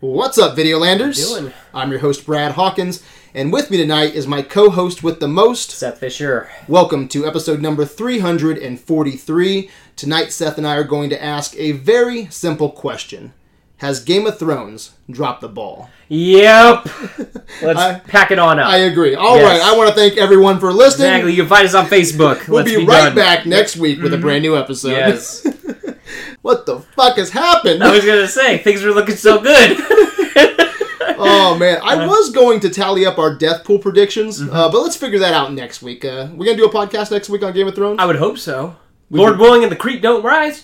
What's up, Videolanders? How you doing? I'm your host, Brad Hawkins, and with me tonight is my co host with the most. Seth Fisher. Welcome to episode number 343. Tonight, Seth and I are going to ask a very simple question Has Game of Thrones dropped the ball? Yep. Let's I- pack it on up. I agree. All right, Yes. I want to thank everyone for listening. exactly. You can find us on Facebook. We'll Let's be, be, right done. Mm-hmm. back next week with a brand new episode. Yes. what the fuck has happened? I was gonna say things were looking so good. oh man, Uh-huh. I was going to tally up our death pool predictions, Mm-hmm. uh, but let's figure that out next week. Uh, we're gonna do a podcast next week on Game of Thrones. I would hope so. Lord willing, and the creek don't rise.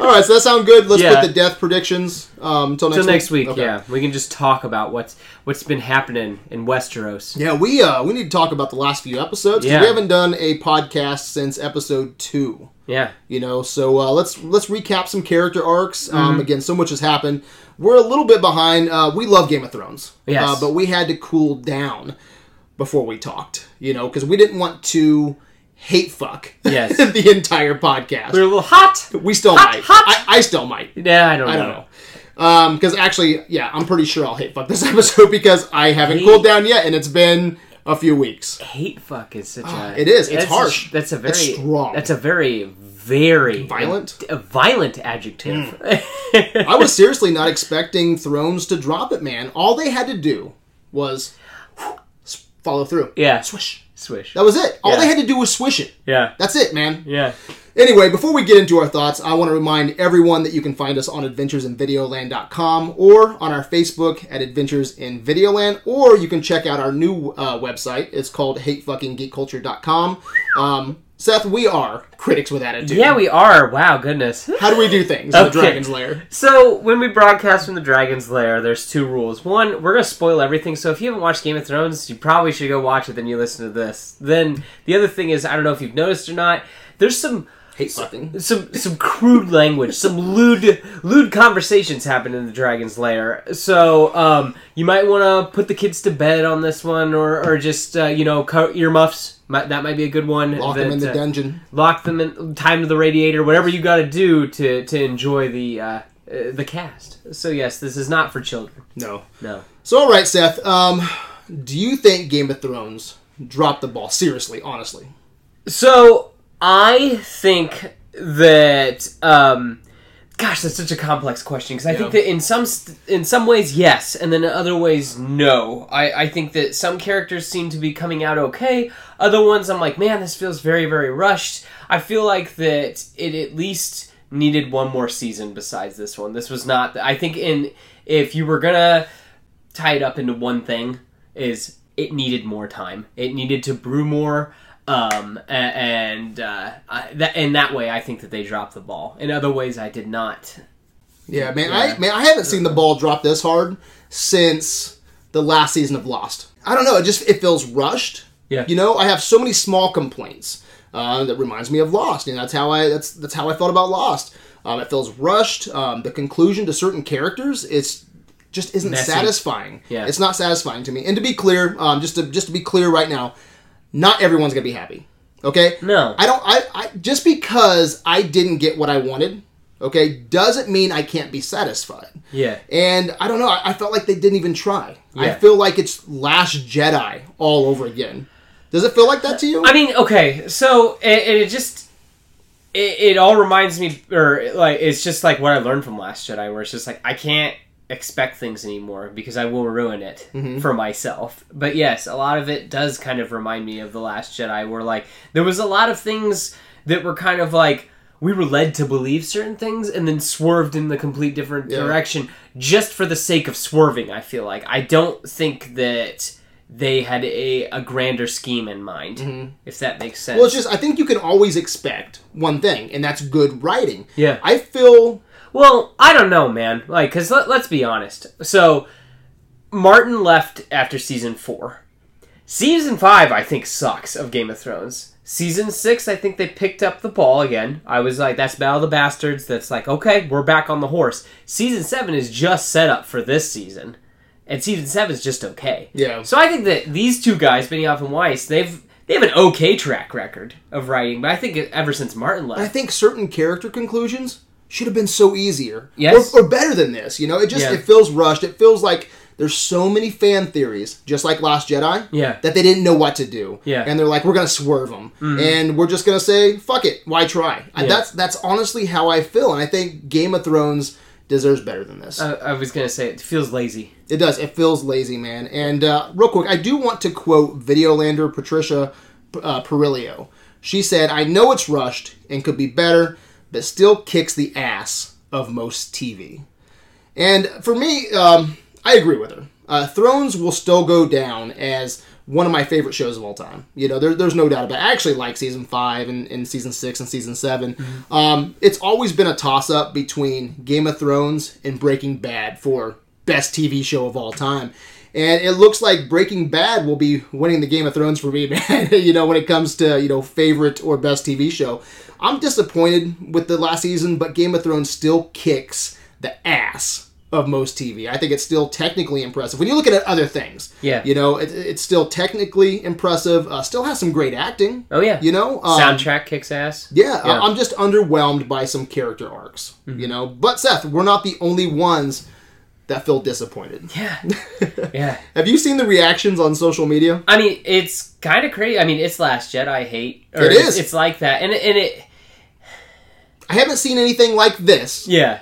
All right, so that sound good. Let's Yeah. put the death predictions um, till next Till next week, Okay. yeah, we can just talk about what's what's been happening in Westeros. Yeah, we uh, we need to talk about the last few episodes. 'cause Yeah. We haven't done a podcast since episode two. Yeah, You know, so uh, let's let's recap some character arcs. Um, Mm-hmm. Again, so much has happened. We're a little bit behind. Uh, we love Game of Thrones, Yes. uh, but we had to cool down before we talked. You know, because we didn't want to hate fuck Yes. the entire podcast. we're a little hot. we still hot, might. hot. I, I still might. Yeah, I don't know. I don't know. Um, because actually, yeah, I'm pretty sure I'll hate fuck this episode because I haven't cooled down yet, and it's been a few weeks. Hate fuck is such a. Ah, it is. It's that's a- harsh. that's a very It's strong. That's a very very Violent? Mm. A violent adjective. I was seriously not expecting Thrones to drop it, man. All they had to do was follow through. yeah, Swish. swish. That was it. All they Yeah. had to do was swish it. Yeah. That's it, man. Yeah. Anyway, before we get into our thoughts, I want to remind everyone that you can find us on adventuresinvideoland.com or on our Facebook at Adventures in Videoland, or you can check out our new uh, website. It's called hatefuckinggeekculture.com. Um, Seth, we are critics with attitude. Yeah, we are. Wow, goodness. How do we do things in the Okay. Dragon's Lair? So when we broadcast from the Dragon's Lair, there's two rules. One, we're gonna spoil everything. So if you haven't watched Game of Thrones, you probably should go watch it. Then you listen to this. Then the other thing is, I don't know if you've noticed or not. There's some Hate fucking. some some crude language, some lewd lewd conversations happen in the Dragon's Lair. So um, you might want to put the kids to bed on this one, or or just uh, you know co- earmuffs. Might, that might be a good one. Lock them in the That, uh, dungeon. Lock them in. Time to the radiator. Whatever you got to do to to enjoy the. Uh, uh, the cast. So yes, this is not for children. No. No. So, all right, Seth, um, do you think Game of Thrones dropped the ball? Seriously, honestly. So I think that um, gosh, that's such a complex question because I think Yeah. that in some st- in some ways yes, and then in other ways no. I I think that some characters seem to be coming out okay. Other ones I'm like, man, this feels very very rushed. I feel like that it at least needed one more season besides this one. This was not. I think in if you were gonna tie it up into one thing is it needed more time. It needed to brew more, um, a- and uh, I, that in that way, I think that they dropped the ball. In other ways, I did not. Yeah, man. I man, I haven't seen the ball drop this hard since the last season of Lost. I don't know. It just it feels rushed. Yeah. You know, I have so many small complaints. Uh, that reminds me of Lost, and that's how I that's that's how I felt about Lost. Um, it feels rushed. Um, the conclusion to certain characters, it's just isn't Messy. satisfying. Yeah. It's not satisfying to me. And to be clear, um, just to just to be clear right now, not everyone's gonna be happy. Okay. No. I don't. I, I just because I didn't get what I wanted. Okay, doesn't mean I can't be satisfied. Yeah. And I don't know. I, I felt like they didn't even try. I Yeah. feel like it's Last Jedi all over again. Does it feel like that to you? I mean, okay, so it, it just it, it all reminds me, or like it's just like what I learned from Last Jedi, where it's just like I can't expect things anymore because I will ruin it for myself. But yes, a lot of it does kind of remind me of the Last Jedi, where like there was a lot of things that were kind of like we were led to believe certain things and then swerved in the complete different direction just for the sake of swerving. I feel like I don't think that. They had a, a grander scheme in mind, if that makes sense. well, it's just I think you can always expect one thing, and that's good writing. Yeah. I feel. Well, I don't know, man. Like, cause let, let's be honest. So, Martin left after season four. Season five, I think, sucks of Game of Thrones. Season six, I think they picked up the ball again. I was like, that's Battle of the Bastards. That's like, okay, we're back on the horse. Season seven is just set up for this season, and season seven is just okay. Yeah. So I think that these two guys, Benioff and Weiss, they've they have an okay track record of writing. But I think ever since Martin left, I think certain character conclusions should have been so easier Yes. or, or better than this. You know, it just Yeah. it feels rushed. It feels like there's so many fan theories, just like Last Jedi, Yeah. that they didn't know what to do. Yeah. Mm-hmm. and they're like, we're gonna swerve them, and we're just gonna say, fuck it, why try? And Yeah. That's that's honestly how I feel, and I think Game of Thrones deserves better than this. Uh, I was gonna say it feels lazy. It does. It feels lazy, man. And uh, real quick, I do want to quote Videolander Patricia uh, Perillo. She said, "I know it's rushed and could be better, but still kicks the ass of most TV." And for me, um, I agree with her. Uh, Thrones will still go down as one of my favorite shows of all time. You know, there, there's no doubt about. It. I actually like season five and, and season six and season 7 Um, it's always been a toss up between Game of Thrones and Breaking Bad for best TV show of all time. And it looks like Breaking Bad will be winning the Game of Thrones for me, man. you know, when it comes to you know favorite or best TV show, I'm disappointed with the last season, but Game of Thrones still kicks the ass of most TV. I think it's still technically impressive. When you look at other things, Yeah. you know, it, it's still technically impressive. Uh, still has some great acting. Oh yeah. You know, um, Soundtrack kicks ass. yeah, Yeah. Mm-hmm. I- I'm just underwhelmed by some character arcs. You know, but Seth, we're not the only ones that feel disappointed. Yeah. yeah. Have you seen the reactions on social media? I mean, it's kind of crazy. I mean, it's Last Jedi hate. Or It it's- is. It's, like that, and it- and it. I haven't seen anything like this Yeah.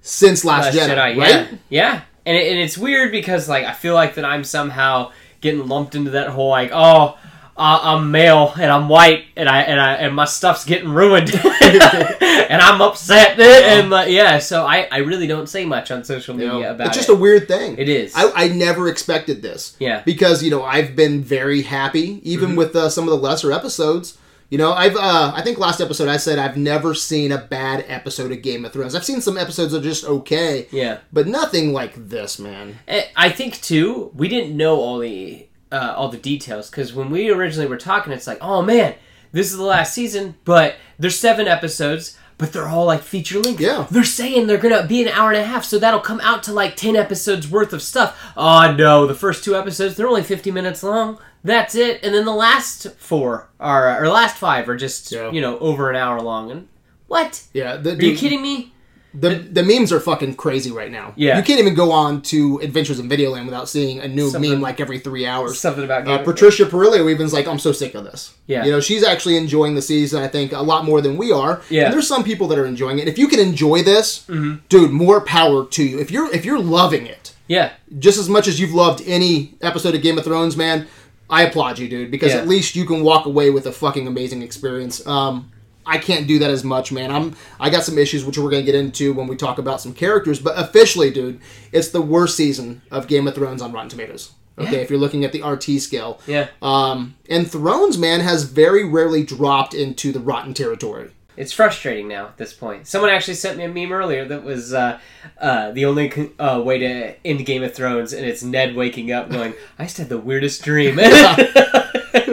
since Last, Last Jedi, Jedi. right? Yeah. Yeah. And it, and it's weird because like I feel like that I'm somehow getting lumped into that whole like oh. Uh, I'm male and I'm white and I and I and my stuff's getting ruined and I'm upset and like, yeah so I, I really don't say much on social You media know, about it's just a it. weird thing. it is I, I never expected this. yeah because you know I've been very happy, even with uh, some of the lesser episodes. You know, I've uh, I think last episode I said I've never seen a bad episode of Game of Thrones. I've seen some episodes that are just okay, yeah but nothing like this, man. Eh, I think too, we didn't know all the uh, all the details because when we originally were talking, it's like, oh man, this is the last season, but there's seven episodes, but they're all like feature length. Yeah. they're saying they're gonna be an hour and a half, so that'll come out to like ten episodes worth of stuff. Oh no, the first two episodes they're only fifty minutes long. That's it, and then the last four are or last five are just Yeah. you know over an hour long. And what? Yeah, the, Are you kidding me? The, the memes are fucking crazy right now. Yeah. you can't even go on to Adventures in Videoland without seeing a new Something- meme like every three hours. Something about Uh, Game of- Patricia Perillo even's like, I'm so sick of this. Yeah. You know, she's actually enjoying the season, I think, a lot more than we are. Yeah. Mm-hmm. And there's some people that are enjoying it. If you can enjoy this, dude, more power to you. If you're if you're loving it, yeah. just as much as you've loved any episode of Game of Thrones, man, I applaud you, dude, because Yeah. at least you can walk away with a fucking amazing experience. Um, I can't do that as much, man. I'm I got some issues which we're gonna get into when we talk about some characters, but officially, dude, it's the worst season of Game of Thrones on Rotten Tomatoes. Okay, Yeah. if you're looking at the RT scale. Yeah, Um, and Thrones, man, has very rarely dropped into the rotten territory. It's frustrating now at this point. Someone actually sent me a meme earlier that was uh, uh, the only con- uh, way to end Game of Thrones, and it's Ned waking up going, "I just had the weirdest dream."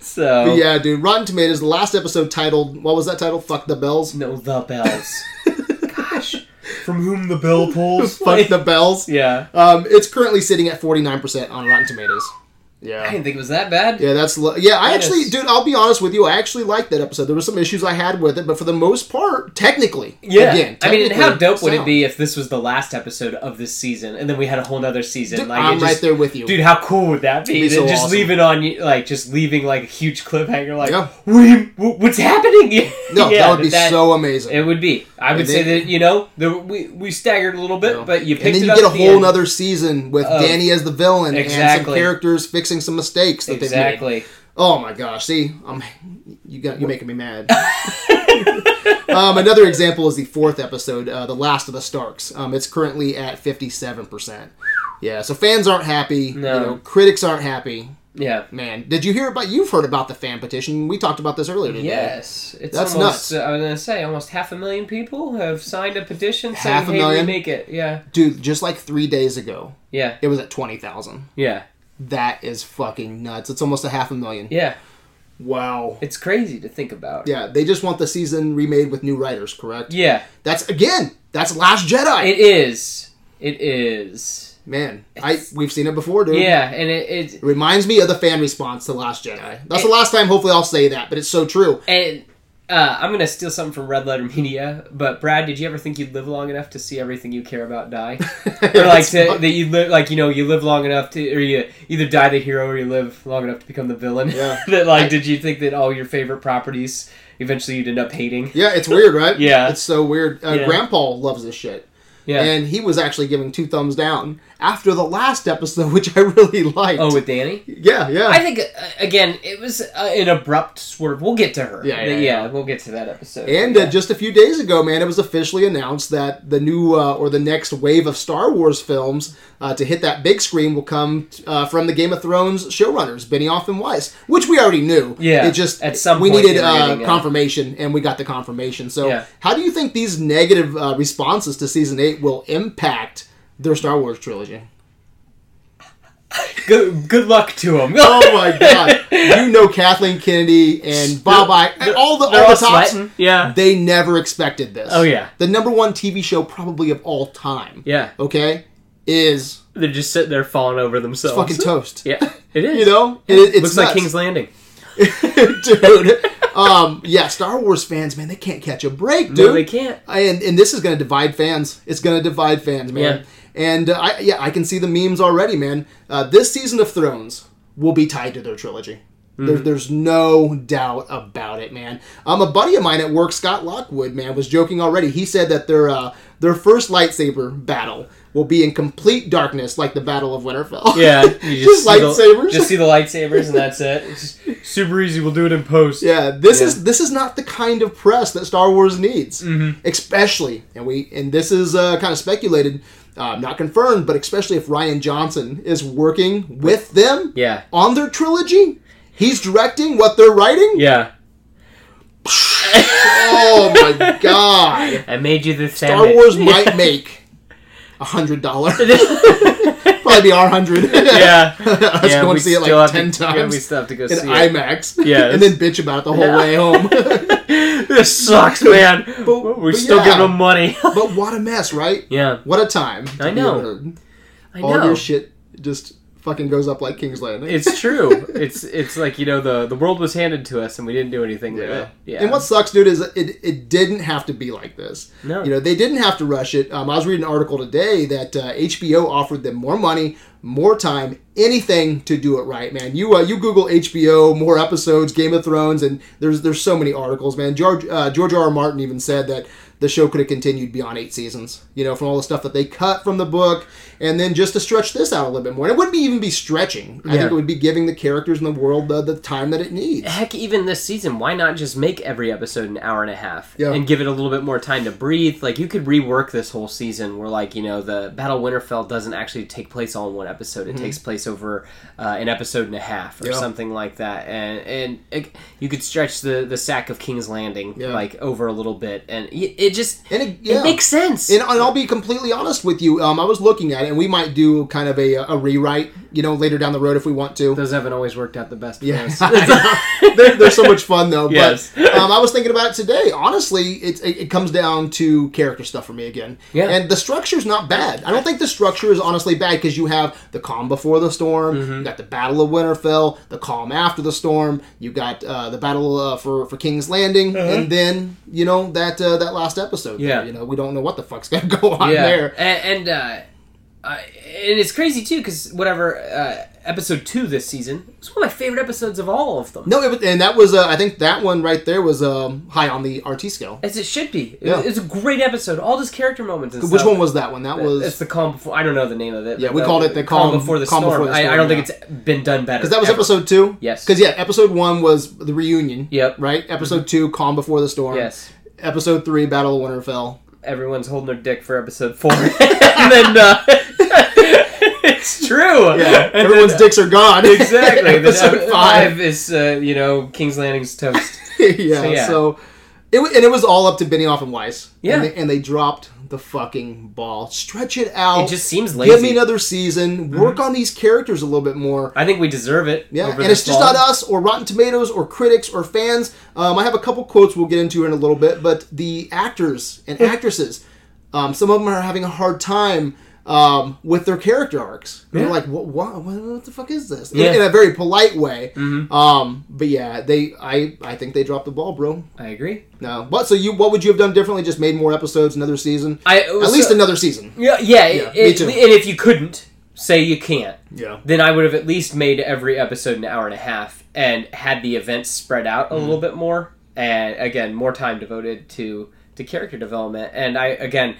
so Yeah, dude. Rotten Tomatoes, the last episode titled, what was that title? Fuck the Bells? no, the bells. Gosh, from whom the bell tolls. Fuck the Bells? yeah, Um, it's currently sitting at 49% on Rotten Tomatoes. I Yeah. didn't think it was that bad. Yeah, that's lo- yeah. I That actually, is- dude, I'll be honest with you. I actually liked that episode. There were some issues I had with it, but for the most part, technically, Yeah, again, I mean, and how technically dope would it sound. be if this was the last episode of this season, and then we had a whole nother season? Dude, like, it I'm just- right there with you. Dude, how cool would that be? It'd be so Then just awesome. leaving on you- like just leaving like a huge cliffhanger, like Yeah. what do you- wh- what's happening? no, Yeah, that would be so amazing. It would be. I would And say then- that you know the, we we staggered a little bit, but you and picked then it you up get a at the whole end. nother season with Of- Danny as the villain and some Exactly. characters fixing some mistakes that they made. exactly. Oh my gosh! See, I'm you got you're making me mad. um, another example is the fourth episode, uh, the last of the Starks. Um, it's currently at fifty seven percent. Yeah, so fans aren't happy. No. You know, critics aren't happy. Yeah. Man, did you hear about? You've heard about the fan petition. We talked about this earlier today. Yes, it's That's nuts. almost. uh, I was gonna say almost half a million people have signed a petition Half a saying, "Hey, million? remake it." Yeah, dude. Just like three days ago, yeah, it was at twenty thousand. yeah, That is fucking nuts. It's almost a half a million. yeah. Wow. It's crazy to think about. Yeah, they just want the season remade with new writers, correct? yeah. That's again. That's Last Jedi. It is. It is. Man, I we've seen it before, dude. Yeah, and it, it It reminds me of the fan response to Last Jedi. That's the last time hopefully I'll say that, but it's so true. and Uh, I'm gonna steal something from Red Letter Media, but Brad, did you ever think you'd live long enough to see everything you care about die, or like to, that you live like you know you live long enough to, or you either die the hero or you live long enough to become the villain? Yeah. that like, did you think that all your favorite properties eventually you'd end up hating? yeah, it's weird, right? Yeah. it's so weird. Uh, Yeah. Grandpa loves this shit. Yeah. And he was actually giving two thumbs down after the last episode, which I really liked. oh, with Danny. yeah, yeah. I think uh, again, it was uh, an abrupt swerve. We'll get to her. Yeah, yeah, yeah, yeah. We'll get to that episode. And yeah. uh, just a few days ago, man, it was officially announced that the new uh, or the next wave of Star Wars films uh, to hit that big screen will come uh, from the Game of Thrones showrunners Benioff and Weiss, which we already knew. Yeah, it just at some we point needed they were uh, getting it. confirmation, and we got the confirmation. So, Yeah. how do you think these negative uh, responses to season eight will impact their Star Wars trilogy? good, good luck to him. Oh my God! you know Kathleen Kennedy and Bob Iger, all the all They're the all tops. sweating. Yeah. They never expected this. Oh, yeah. The number one TV show probably of all time. Yeah. Okay? Is They're just sitting there falling over themselves. fucking toast. Yeah, it is. You know? Yeah, It- it's nuts. looks like King's Landing. dude. Um, yeah, Star Wars fans, man, they can't catch a break, dude. they can't. And and this is going to divide fans. It's going to divide fans, man. Yeah. And uh, I yeah, I can see the memes already, man. Uh, this season of Thrones will be tied to their trilogy. There, Mm-hmm. there's no doubt about it, man. Um, a buddy of mine at work, Scott Lockwood, man, was joking already. He said that their uh, their first lightsaber battle will be in complete darkness, like the Battle of Winterfell. Yeah, you just, see the- lightsabers. just see the lightsabers, and that's it. It's just super easy. We'll do it in post. Yeah, this Yeah. Mm-hmm. is this is not the kind of press that Star Wars needs, especially. And we and this is uh, kind of speculated, uh, not confirmed, but especially if Ryan Johnson is working with them yeah, on their trilogy, he's directing what they're writing. yeah. Oh my god! I made you this Star Wars might make a hundred dollars. Probably be our hundred. yeah, let's yeah. go and we see it still like have ten to, yeah, we times still have to go in see it. IMAX. Yeah, and then bitch about it the whole way home. this sucks, man. But- we're but still yeah. giving them money. But what a mess, right? yeah, What a time! to I be a know. nerd. I All know. your shit just fucking goes up like King's Landing. It's true. It's it's like you know the the world was handed to us and we didn't do anything with yeah. it. Yeah. And what sucks, dude, is it it didn't have to be like this. No. You know, they didn't have to rush it. Um, I was reading an article today that uh, HBO offered them more money, more time, anything to do it right, man. You uh, you Google HBO, more episodes, Game of Thrones, and there's there's so many articles, man. George uh, George R. R. Martin even said that the show could have continued beyond eight seasons. You know, from all the stuff that they cut from the book, and then just to stretch this out a little bit more. And it wouldn't be even be stretching. I Yeah. think it would be giving the characters in the world the, the time that it needs. heck even this season why not just make every episode an hour and a half Yeah. and give it a little bit more time to breathe like you could rework this whole season where like you know the battle of winterfell doesn't actually take place all in one episode it takes place over uh, an episode and a half or Mm-hmm. Yeah. something like that and and it, you could stretch the the sack of king's landing Yeah. like over a little bit and y- it just And it- yeah. it makes sense And, and I'll be completely honest with you. Um, I was looking at it, and we might do kind of a, a rewrite, you know, later down the road if we want to. those haven't always worked out the best for Yeah. us. they're, they're so much fun though. Yes. But um, I was thinking about it today. Honestly, it, it, it comes down to character stuff for me again. Yeah. And the structure's not bad. I don't think the structure is honestly bad because you have the calm before the storm, Mm-hmm. you got the Battle of Winterfell, the calm after the storm, you got uh, the battle uh, for for King's Landing, and then you know that uh, that last episode. there, Yeah. you know we don't know what the fuck's gonna go on there. And, and uh, I, and it's crazy too because whatever uh, episode two this season was one of my favorite episodes of all of them. No, it was, and that was uh, I think that one right there was um, high on the RT scale. As it should be. It, Yeah. It's a great episode. All just character moments. And Which stuff. one was that one? That was It's uh, the calm before. I don't know the name of it. Yeah, but we that- called it the Calm- before the Calm storm. Before the I, I Storm, don't think yeah. it's been done better. Because that was ever. episode two. Yes. Because yeah, episode one was the reunion. Yep. Mm-hmm. Right. Episode two, calm before the storm. Yes. Episode three, battle of Winterfell. Everyone's holding their dick for episode four, and then uh, it's true. Yeah. And Everyone's then- dicks are gone. Exactly. Then uh, episode ep- five. is uh, you know King's Landing's toast. yeah, so, So, yeah. it wa- and it was all up to Benioff and Weiss. Yeah. And they, and they dropped the fucking ball. Stretch it out. It just seems lazy. Oh. Mm-hmm. give me another season. Work on these characters a little bit more. I think we deserve it. Yeah, over and this it's just fall. not us or Rotten Tomatoes or critics or fans. Um, I have a couple quotes we'll get into in a Hmm. little bit, but the actors and actresses, um, some of them are having a hard time um, with their character arcs. And Yeah. They're like, what, what, what, what the fuck is this? In- Yeah. In, a very polite way. Mhm. Um, but yeah, they I I think they dropped the ball, bro. I agree. No, but so you what would you have done differently? Just made more episodes, another season, I uh, at least another season. yeah, yeah. it- me it- too. and if you couldn't say you can't, Yeah. then I would have at least made every episode an hour and a half and had the events spread out Mm. a little bit more. And again, more time devoted to to character development. And I again,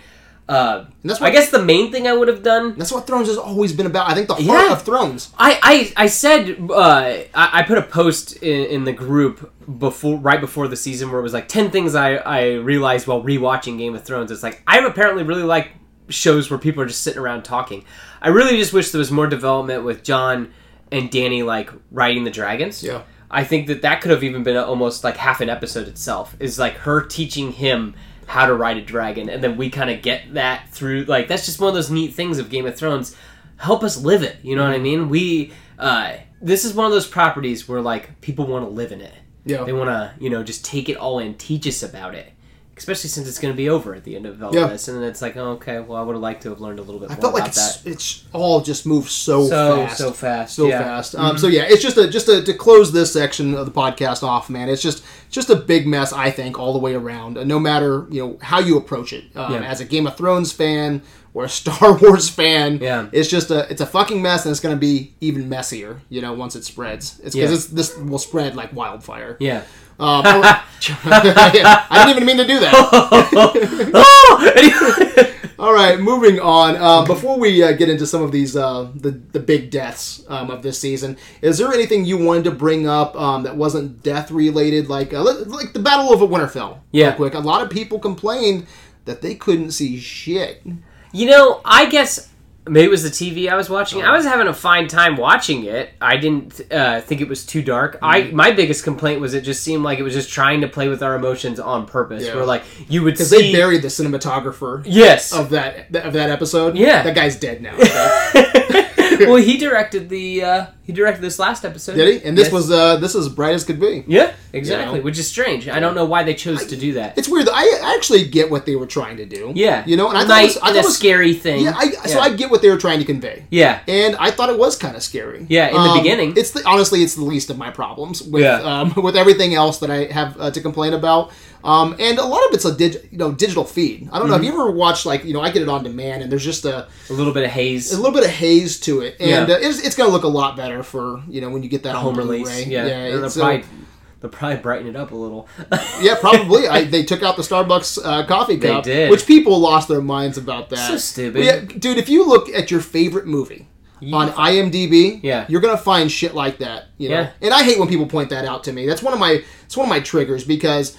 uh, And that's I what guess the main thing I would have done. that's what Thrones has always been about. I think the heart Yeah. of Thrones. I I, I said uh, I, I put a post in, in the group before right before the season where it was like ten things I I realized while rewatching Game of Thrones. It's like I apparently really like shows where people are just sitting around talking. I really just wish there was more development with John and Danny like riding the dragons. Yeah. I think that that could have even been almost like half an episode itself. Is like her teaching him how to ride a dragon, and then we kind of get that through. Like that's just one of those neat things of Game of Thrones. Help us live it. You know what I mean? We uh, this is one of those properties where like people want to live in it. Yeah. They want to you know just take it all in, teach us about it. Especially since it's going to be over at the end of all Yeah. this, and then it's like, oh, okay, well, I would have liked to have learned a little bit I more felt like about that. it's it's all just moved so, So fast. so fast, so yeah. Mm-hmm. fast. Um, So yeah, it's just a just a, to close this section of the podcast off, man. It's just just a big mess, I think, all the way around. Uh, no matter you know how you approach it, um, Yeah. as a Game of Thrones fan or a Star Wars fan, Yeah. it's just a it's a fucking mess, and it's going to be even messier, you know, once it spreads. It's Yeah. because this will spread like wildfire. Yeah. Um, I, I didn't even mean to do that. Oh! All right, moving on. Uh, before we uh, get into some of these uh, the the big deaths um, of this season, is there anything you wanted to bring up um, that wasn't death related, like uh, li- like the Battle of Winterfell? Yeah. real quick. A lot of people complained that they couldn't see shit. You know, I guess maybe it was the TV I was watching. I was having a fine time watching it. I didn't uh, think it was too dark. I my biggest complaint was it just seemed like it was just trying to play with our emotions on purpose. Yeah. Where like you would Because they see, buried the cinematographer yes, of that of that episode. Yeah. that guy's dead now. okay? well he directed the uh, he directed this last episode. Did he? And this Yes. was uh, this is bright as could be. yeah exactly, know. which is strange. I don't know why they chose to do that. It's weird. I I actually get what they were trying to do. Yeah, you know, and I thought Night it was, I and thought it a was scary thing. yeah, I, so Yeah. I get what they were trying to convey. yeah. and I thought it was kind of scary. Um, Yeah, in the beginning. it's the, honestly it's the least of my problems with Yeah. um, with everything else that I have uh, to complain about. Um, and a lot of it's a dig, you know digital feed. I don't know. Have Mm-hmm. you ever watched like you know I get it on demand and there's just a, a little bit of a haze. little bit of haze to it, and Yeah. uh, it's, it's going to look a lot better for you know when you get that Home release, yeah, They'll it's, uh, probably, they'll probably brighten it up a little. yeah, probably. I, they took out the Starbucks uh, coffee They cup, did. which people lost their minds about that. So stupid. Yeah, dude. If you look at your favorite movie on IMDb, Yeah. you're gonna find shit like that. You know, Yeah. and I hate when people point that out to me. That's one of my it's one of my triggers because.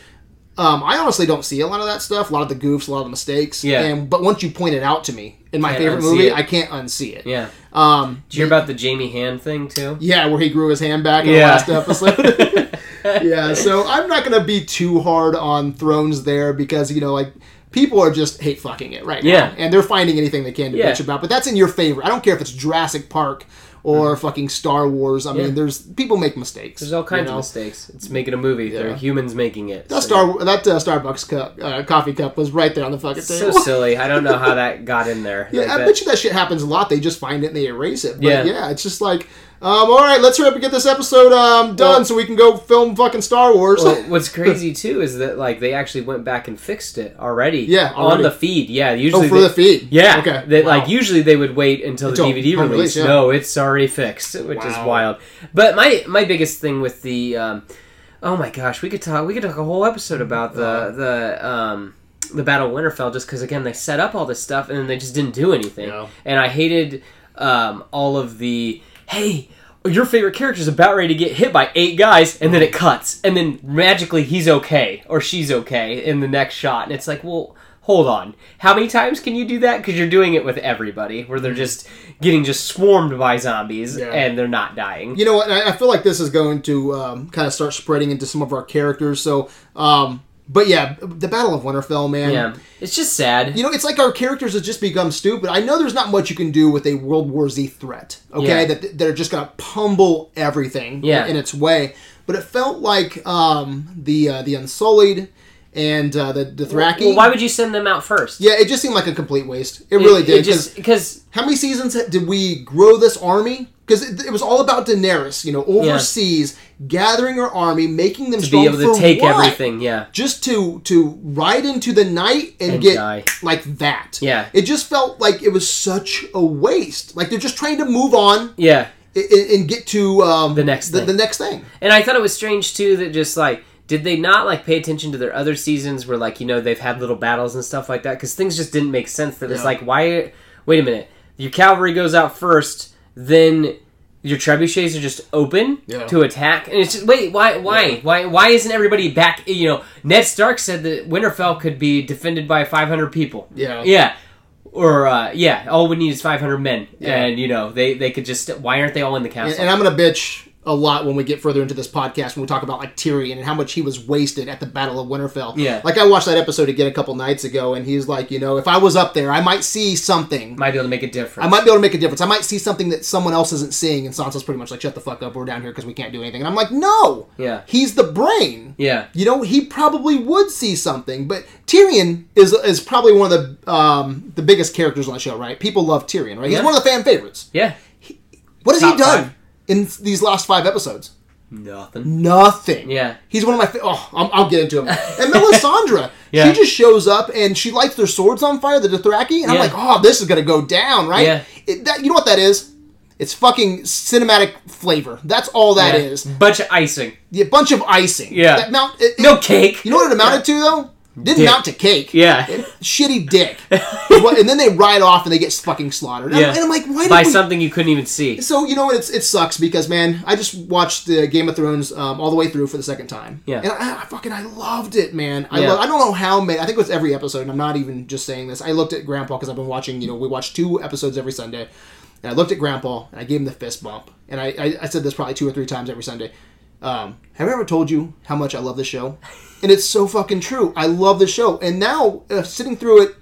Um, I honestly don't see a lot of that stuff, a lot of the goofs, a lot of the mistakes. Yeah. And but once you point it out to me in my Can't favorite unsee movie, it. I can't unsee it. yeah. Um, Did you hear about the Jamie Hand thing too? yeah, where he grew his hand back in Yeah. the last episode. yeah, so I'm not gonna be too hard on Thrones there because you know, like people are just hate fucking it right Yeah. now, and they're finding anything they can to Yeah. bitch about. But that's in your favor. I don't care if it's Jurassic Park or fucking Star Wars. I Mm-hmm. Yeah. mean, there's people make mistakes. There's all kinds you of know? mistakes. It's making a movie. Yeah. They're humans making it. That so- Star that uh, Starbucks cup uh, coffee cup was right there on the fucking so table. silly. I don't know how that got in there. Like Yeah, I that- bet you that shit happens a lot. They just find it and they erase it. But yeah, Yeah. it's just like, um, all right, let's hurry up and get this episode um, done Well- so we can go film fucking Star Wars. Well, what's crazy too is that like they actually went back and fixed it already. Yeah, on already. the feed. Yeah, usually oh, for they- the feed. Yeah, Okay. They, Wow. Like usually they would wait until, Until the DVD home release, release. yeah. No, it's already fixed, which is Wow. wild. But my my biggest thing with the um, oh my gosh, we could talk we could talk a whole episode about the the um, the Battle of Winterfell just because again they set up all this stuff and then they just didn't do anything. Yeah. And I hated um, all of the hey. Your favorite character's about ready to get hit by eight guys, and then it cuts, and then magically he's okay or she's okay in the next shot, and it's like, well, hold on. How many times can you do that? Because you're doing it with everybody, where they're just getting just swarmed by zombies Mm-hmm. Yeah. and they're not dying. You know what? I I feel like this is going to um, kind of start spreading into some of our characters. So, um, but yeah, the Battle of Winterfell, man. Yeah, it's just sad. You know, it's like our characters have just become stupid. I know there's not much you can do with a World War Z threat, okay? Yeah. That they're just gonna pummel everything Yeah. in its way. But it felt like um, the uh, the Unsullied and uh, the Dothraki. Well, why would you send them out first? yeah, it just seemed like a complete waste. It, really did. 'cause just because how many seasons did we grow this army? Because it, it was all about Daenerys, you know, overseas, gathering her army, making them to be able to take what? everything. Yeah, Just to to ride into the night and, And get die. like that. Yeah. it just felt like it was such a waste. Like they're just trying to move on yeah. and, and get to um, The next the, thing. the next thing. And I thought it was strange too that just like did they not like pay attention to their other seasons where like you know they've had little battles and stuff like that because things just didn't make sense. That it's Yeah. like why? Wait a minute, your cavalry goes out first, then your trebuchets are just open Yeah. to attack, and it's just wait why why why why isn't everybody back? You know, Ned Stark said that Winterfell could be defended by 500 people. Yeah. yeah. Or uh, yeah, all we need is 500 men, Yeah. and you know they they could just why aren't they all in the And, council? and I'm gonna bitch a lot when we get further into this podcast when we talk about like Tyrion and how much he was wasted at the Battle of Winterfell. Yeah. like I watched that episode again a couple nights ago, and he's like, you know, if I was up there, I might see something. Might be able to make a difference. I might be able to make a difference. I might see something that someone else isn't seeing, and Sansa's pretty much like, "Shut the fuck up, we're down here because we can't do anything." And I'm like, "No, Yeah. he's the brain. yeah. You know, he probably would see something." But Tyrion is is probably one of the um, the biggest characters on the show, right? People love Tyrion, right? Yeah. He's one of the fan favorites. Yeah. What has Top he done five. in these last five episodes? Nothing. Nothing. Yeah. He's one of my. Fa- oh, I'm, I'll get into him. And Melisandre, Yeah. she just shows up and she lights their swords on fire, the Dothraki, and I'm Yeah. like, oh, this is gonna go down, right? Yeah. It, that, you know what that is? It's fucking cinematic flavor. That's all that Yeah. is. Bunch of icing. A bunch of icing. Yeah. That mount, it, No cake. You know what it amounted to though? Didn't Dick. amount to cake. Yeah. It- shitty dick. What- and then they ride off and they get fucking slaughtered. And, Yeah. I'm, and I'm like, why did By we something you couldn't even see. so you know it's it sucks because man, I just watched the Game of Thrones um, all the way through for the second time. Yeah. and I, I fucking I loved it, man. I Yeah. lo- I don't know how many. I think it was every episode, and I'm not even just saying this. I looked at Grandpa because I've been watching. You know, we watch two episodes every Sunday, and I looked at Grandpa and I gave him the fist bump, and I I, I said this probably two or three times every Sunday. Um, have I ever told you how much I love this show? And it's so fucking true. I love this show, and now uh, sitting through it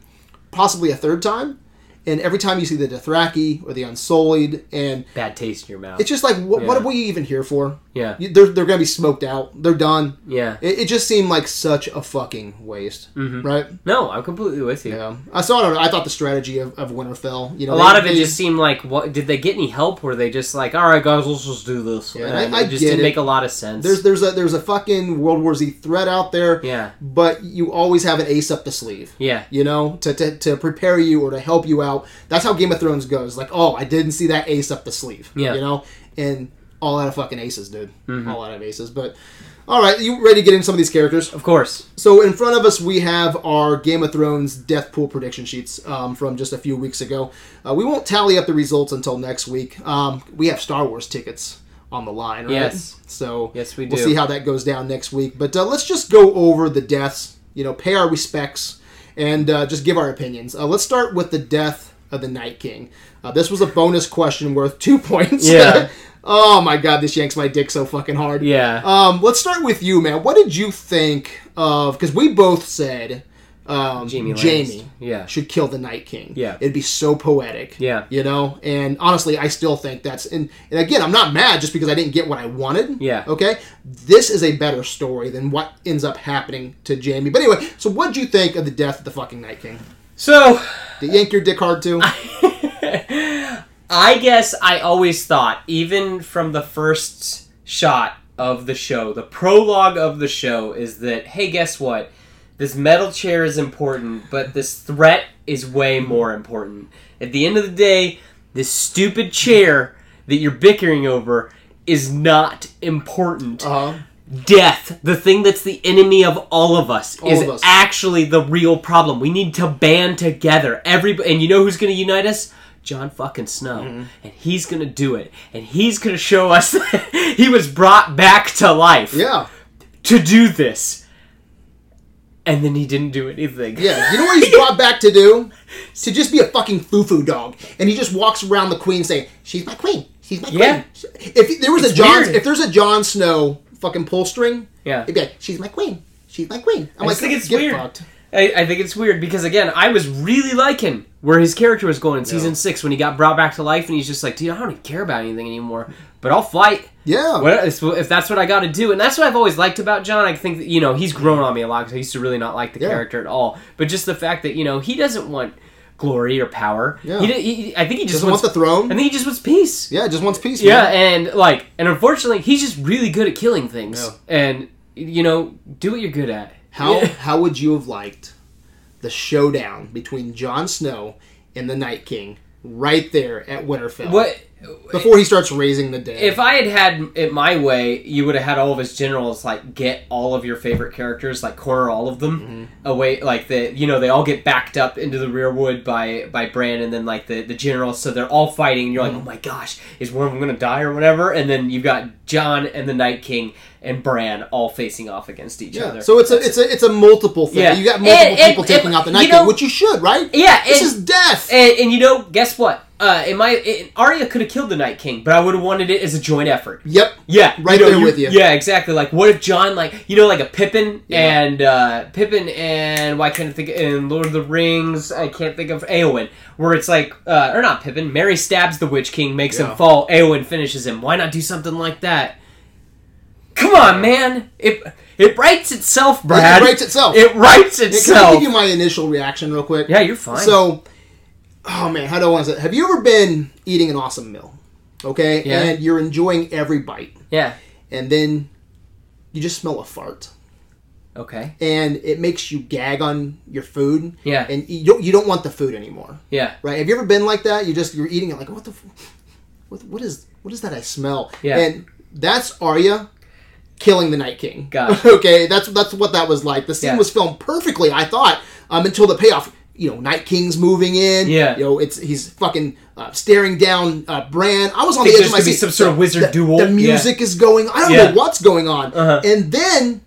possibly a third time. And every time you see the Dothraki or the Unsullied, and Bad taste in your mouth. it's just like, what, what Yeah. are we even here for? yeah. You- They're, they're going to be smoked out. They're done. Yeah. It, it just seemed like such a fucking waste, Mm-hmm. right? No, I'm completely with you. Yeah. I saw. I, don't know, I thought the strategy of, of Winterfell. You know, A lot of it just seemed like, what did they get any help? Were they just like, all right, guys, let's just do this? Yeah, and I- I it just get didn't it. make a lot of sense. there's there's a there's a fucking World War Z threat out there. yeah, But you always have an ace up the sleeve. yeah, You know, to, to, to prepare you or to help you out. That's how Game of Thrones goes. Like, oh, I didn't see that ace up the sleeve. Yeah. Mm-hmm. You know, and all out of fucking aces, dude. All out of aces. But all right, you ready to get into some of these characters? of course. So in front of us, we have our Game of Thrones death pool prediction sheets um, from just a few weeks ago. Uh, we won't tally up the results until next week. Um, we have Star Wars tickets on the line, right? Yes. So Yes, we We'll do. see how that goes down next week. But uh, let's just go over the deaths. You know, pay our respects and uh, just give our opinions. Uh, let's start with the death of the Night King. Uh, this was a bonus question worth two points. Yeah. oh my God, this yanks my dick so fucking hard. Yeah, Um, let's start with you, man. What did you think of? Because we both said um, Jamie. Jamie, Yeah, should kill the Night King. Yeah. it'd be so poetic. Yeah. you know. And honestly, I still think that's and and again, I'm not mad just because I didn't get what I wanted. Yeah. Okay. This is a better story than what ends up happening to Jamie. But anyway, so what do you think of the death of the fucking Night King? So Did it yank your dick hard too? I guess I always thought, even from the first shot of the show, the prologue of the show is that, hey, guess what? This metal chair is important, but this threat is way more important. At the end of the day, this stupid chair that you're bickering over is not important. Uh-huh. Death, the thing that's the enemy of all of us, is of us. actually the real problem. We need to band together. Every and you know who's going to unite us? John fucking Snow, Mm-hmm. and he's going to do it, and he's going to show us that he was brought back to life Yeah. to do this. And then he didn't do anything. Yeah, you know what he's brought back to do? To just be a fucking foo-foo dog, and he just walks around the queen saying, "She's my queen. She's my Yeah. queen." If there was a John, weird. if there's a Jon Snow fucking pull string, Yeah. it'd be like, "She's my queen. She's my queen." I'm I like, just think it's "Get weird. fucked." I, I think it's weird because again, I was really liking where his character was going in season six when he got brought back to life, and he's just like, dude, I don't even care about anything anymore, but I'll fight. Yeah. What, if if that's what I got to do, and that's what I've always liked about John. I think that, you know he's grown on me a lot because I used to really not like the Yeah. character at all, but just the fact that you know he doesn't want glory or power. Yeah. He, di- he- I think he just Doesn't wants. want the throne. I think he just wants peace. yeah, just wants peace. Yeah, man. and like, and unfortunately, he's just really good at killing things. And you know, do what you're good at. How Yeah. how would you have liked the showdown between Jon Snow and the Night King right there at Winterfell? What Before he starts raising the dead. if I had had it my way? You would have had all of his generals like get all of your favorite characters, like corner all of them Mm-hmm. away. Like the you know they all get backed up into the rear wood by by Bran, and then like the the generals. So they're all fighting. and You're Mm-hmm. like, oh my gosh, is one of them gonna die or whatever? And then you've got John and the Night King and Bran all facing off against each yeah. other. So it's a it's a it's a multiple thing. Yeah. You got multiple And- and- people taking and, out the you Night know- King, which you should, right? yeah, This and- is death. And, and you know, guess what? Uh, in my it, Arya could have killed the Night King, but I would have wanted it as a joint effort. yep. Yeah, Right know, there with you. Yeah, exactly. Like, what if John, like, you know, like a Pippin Yeah. and uh, Pippin and why can't I think in Lord of the Rings? I can't think of Aowen, where it's like, uh, or not Pippin. Mary stabs the Witch King, makes Yeah. him fall. Aowen finishes him. Why not do something like that? Come on, man! It it writes itself, Brad. writes itself. It writes Can I give itself. you my initial reaction real quick? yeah, you're fine. So, oh man, how do I want to say? Have you ever been eating an awesome meal? Okay, Yeah. and you're enjoying every bite, yeah. and then you just smell a fart, Okay. and it makes you gag on your food. Yeah. and you don't, you don't want the food anymore, Yeah. right? Have you ever been like that? You just you're eating it like what the, f- what what is what is that I smell? Yeah. and that's Arya killing the Night King. Gotcha. okay, that's that's what that was like. The scene Yeah. was filmed perfectly, I thought, um, until the payoff. You know, Night King's moving in. Yeah. you know, it's he's fucking uh, staring down uh, Bran. I was on the Think edge of there's my gonna be seat. some sort of wizard the, duel. The Yeah. music is going. I don't Yeah. know what's going on. Uh-huh. And then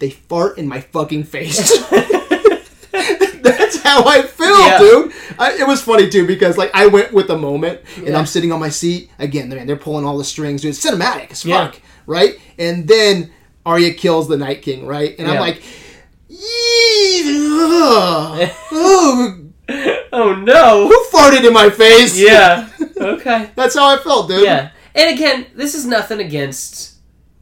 they fart in my fucking face. That's how I feel, Yeah. dude. I, it was funny too because like I went with the moment, and I'm sitting on my seat again. Man, they're pulling all the strings, dude. It's cinematic as Yeah. fuck, right? And then Arya kills the Night King, right? And I'm Yeah. like, "Yee, ugh. oh, Oh no. who farted in my face? Yeah. Okay. that's how I felt, dude. Yeah. And again, this is nothing against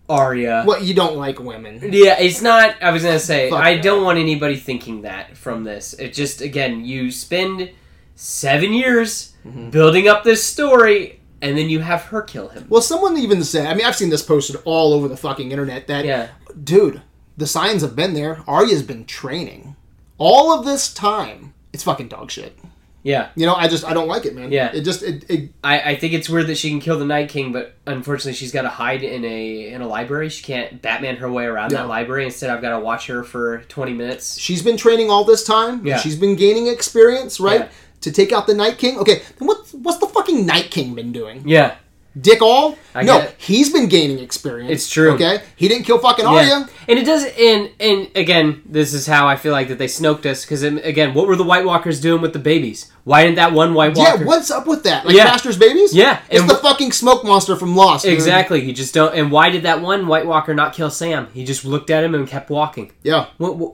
Arya. What you don't like women? Yeah, it's not. I was gonna say Fuck I no. don't want anybody thinking that from this. It just again, you spend seven years Mm-hmm. building up this story, and then you have her kill him. Well, someone even said. I mean, I've seen this posted all over the fucking internet. That Yeah. dude, the signs have been there. Arya's been training all of this time. It's fucking dog shit. Yeah. You know, I just I don't like it, man. Yeah. It just it, it I, I think it's weird that she can kill the Night King, but unfortunately, she's got to hide in a in a library. She can't Batman her way around No. that library. Instead, I've got to watch her for twenty minutes. she's been training all this time. and Yeah. She's been gaining experience, right? Yeah. To take out the Night King. Okay, then what what's the fucking Night King been doing? Yeah, Dick all? I no, get it. he's been gaining experience. It's true. Okay? He didn't kill fucking Yeah. Arya. And it does, and and again, this is how I feel like that they snoped us because again, what were the White Walkers doing with the babies? Why didn't that one White Yeah, Walker? what's up with that? Like Yeah. Master's babies? Yeah, It's and the wh- fucking smoke monster from Lost. dude. exactly. You just don't. And why did that one White Walker not kill Sam? He just looked at him and kept walking. Yeah. What? what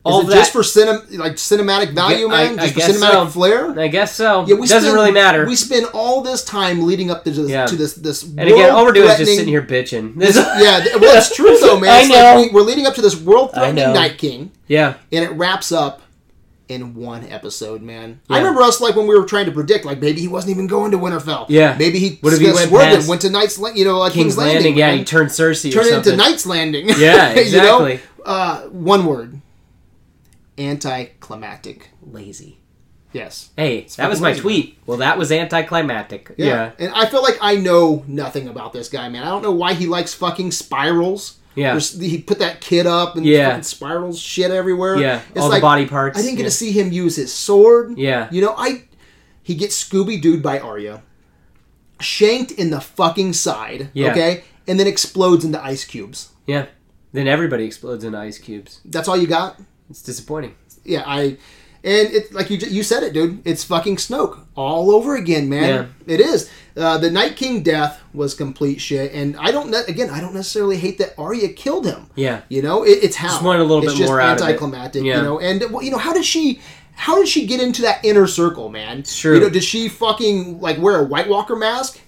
Is all it that. just for cinem- like cinematic value, Yeah, I- man? I just for guess cinematic so. flair? I guess so. Yeah, It doesn't spend- really matter. We spend all this time leading up to this Yeah. to this this and again, all we're doing is just sitting here bitching. This, Yeah, th- well, it's true though, man. I It's know. Like we, we're leading up to this I world-threatening know. Night King, yeah. and it wraps up in one episode, man. I remember us like when we were trying to predict, like maybe he wasn't even going to Winterfell. Yeah. maybe he What if got he went swerved and past went to Knight's, Lan- you know, like King's Landing. yeah, he turned Cersei or turned something. into Knight's Landing. Yeah, You know? exactly. uh, one word: anticlimactic. Lazy. Yes. Hey, that was my lazy. tweet. Well, that was anticlimactic. Yeah. And I feel like I know nothing about this guy, man. I don't know why he likes fucking spirals. Yeah. There's- he put that kid up and Yeah. fucking spirals shit everywhere. Yeah, It's all the like, body parts. I didn't get yeah. to see him use his sword. Yeah. You know, I. He gets Scooby Dooed by Arya, shanked in the fucking side. Yeah. Okay. And then explodes into ice cubes. Yeah. Then everybody explodes into ice cubes. That's all you got? It's disappointing. Yeah, I. And it's like you ju- you said it, dude. It's fucking Snoke all over again, man. It is. Uh, the Night King death was complete shit, and I don't. Ne- again, I don't necessarily hate that Arya killed him. Yeah. You know, it, it's how Just wanted a little it's bit just more out of it. anticlimactic. Yeah. You know, and well, you know how did she? How did she get into that inner circle, man? true. You know, did she fucking like wear a White Walker mask?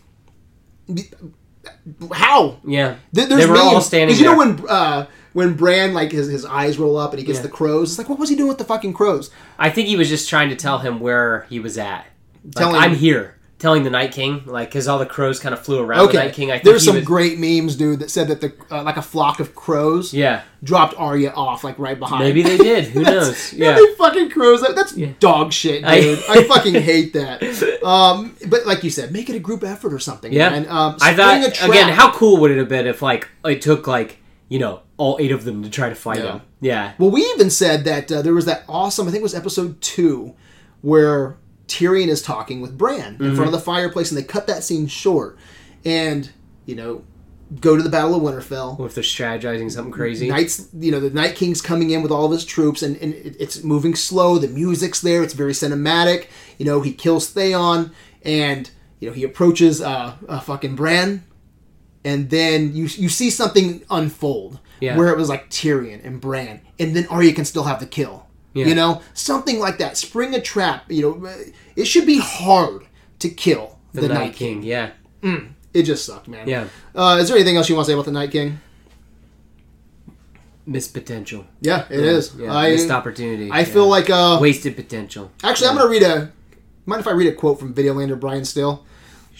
How? Yeah. Th- there's They were all memes. standing 'Cause You know there. when uh, when Bran like his, his eyes roll up and he gets Yeah. the crows. It's like what was he doing with the fucking crows? I think he was just trying to tell him where he was at. Like, Telling- I'm here. Telling the Night King, like, because all the crows kind of flew around the Okay, Oh, Night King. I think there's he some was- great memes, dude, that said that the uh, like a flock of crows Yeah. dropped Arya off like right behind. Maybe they did. Who knows? Yeah, Yeah. they fucking crows. That, that's dog shit, I- dude. I fucking hate that. Um, but like you said, make it a group effort or something. Yeah. man. Um, I spring a thought, trap. again, how cool would it have been if, like, it took, like, you know, all eight of them to try to fight Yeah. him? Yeah. Well, we even said that uh, there was that awesome. I think it was episode two, where Tyrion is talking with Bran in front of the fireplace, and they cut that scene short, and you know, go to the Battle of Winterfell. Or if they're strategizing something crazy. Knights, you know, the Night King's coming in with all of his troops, and, and it- it's moving slow. The music's there; it's very cinematic. You know, he kills Theon, and you know he approaches uh, uh fucking Bran, and then you you see something unfold Yeah. where it was like Tyrion and Bran, and then Arya can still have the kill. Yeah. You know, something like that. Spring a trap. You know, uh, it should be hard to kill the, the Night, Night King. King. Yeah. It just sucked, man. Yeah. Uh, is there anything else you want to say about the Night King? Missed potential. Yeah, it is. Yeah. I, Missed opportunity. I feel like uh, wasted potential. Actually, I'm going to read a. Mind if I read a quote from Videolander Brian Still?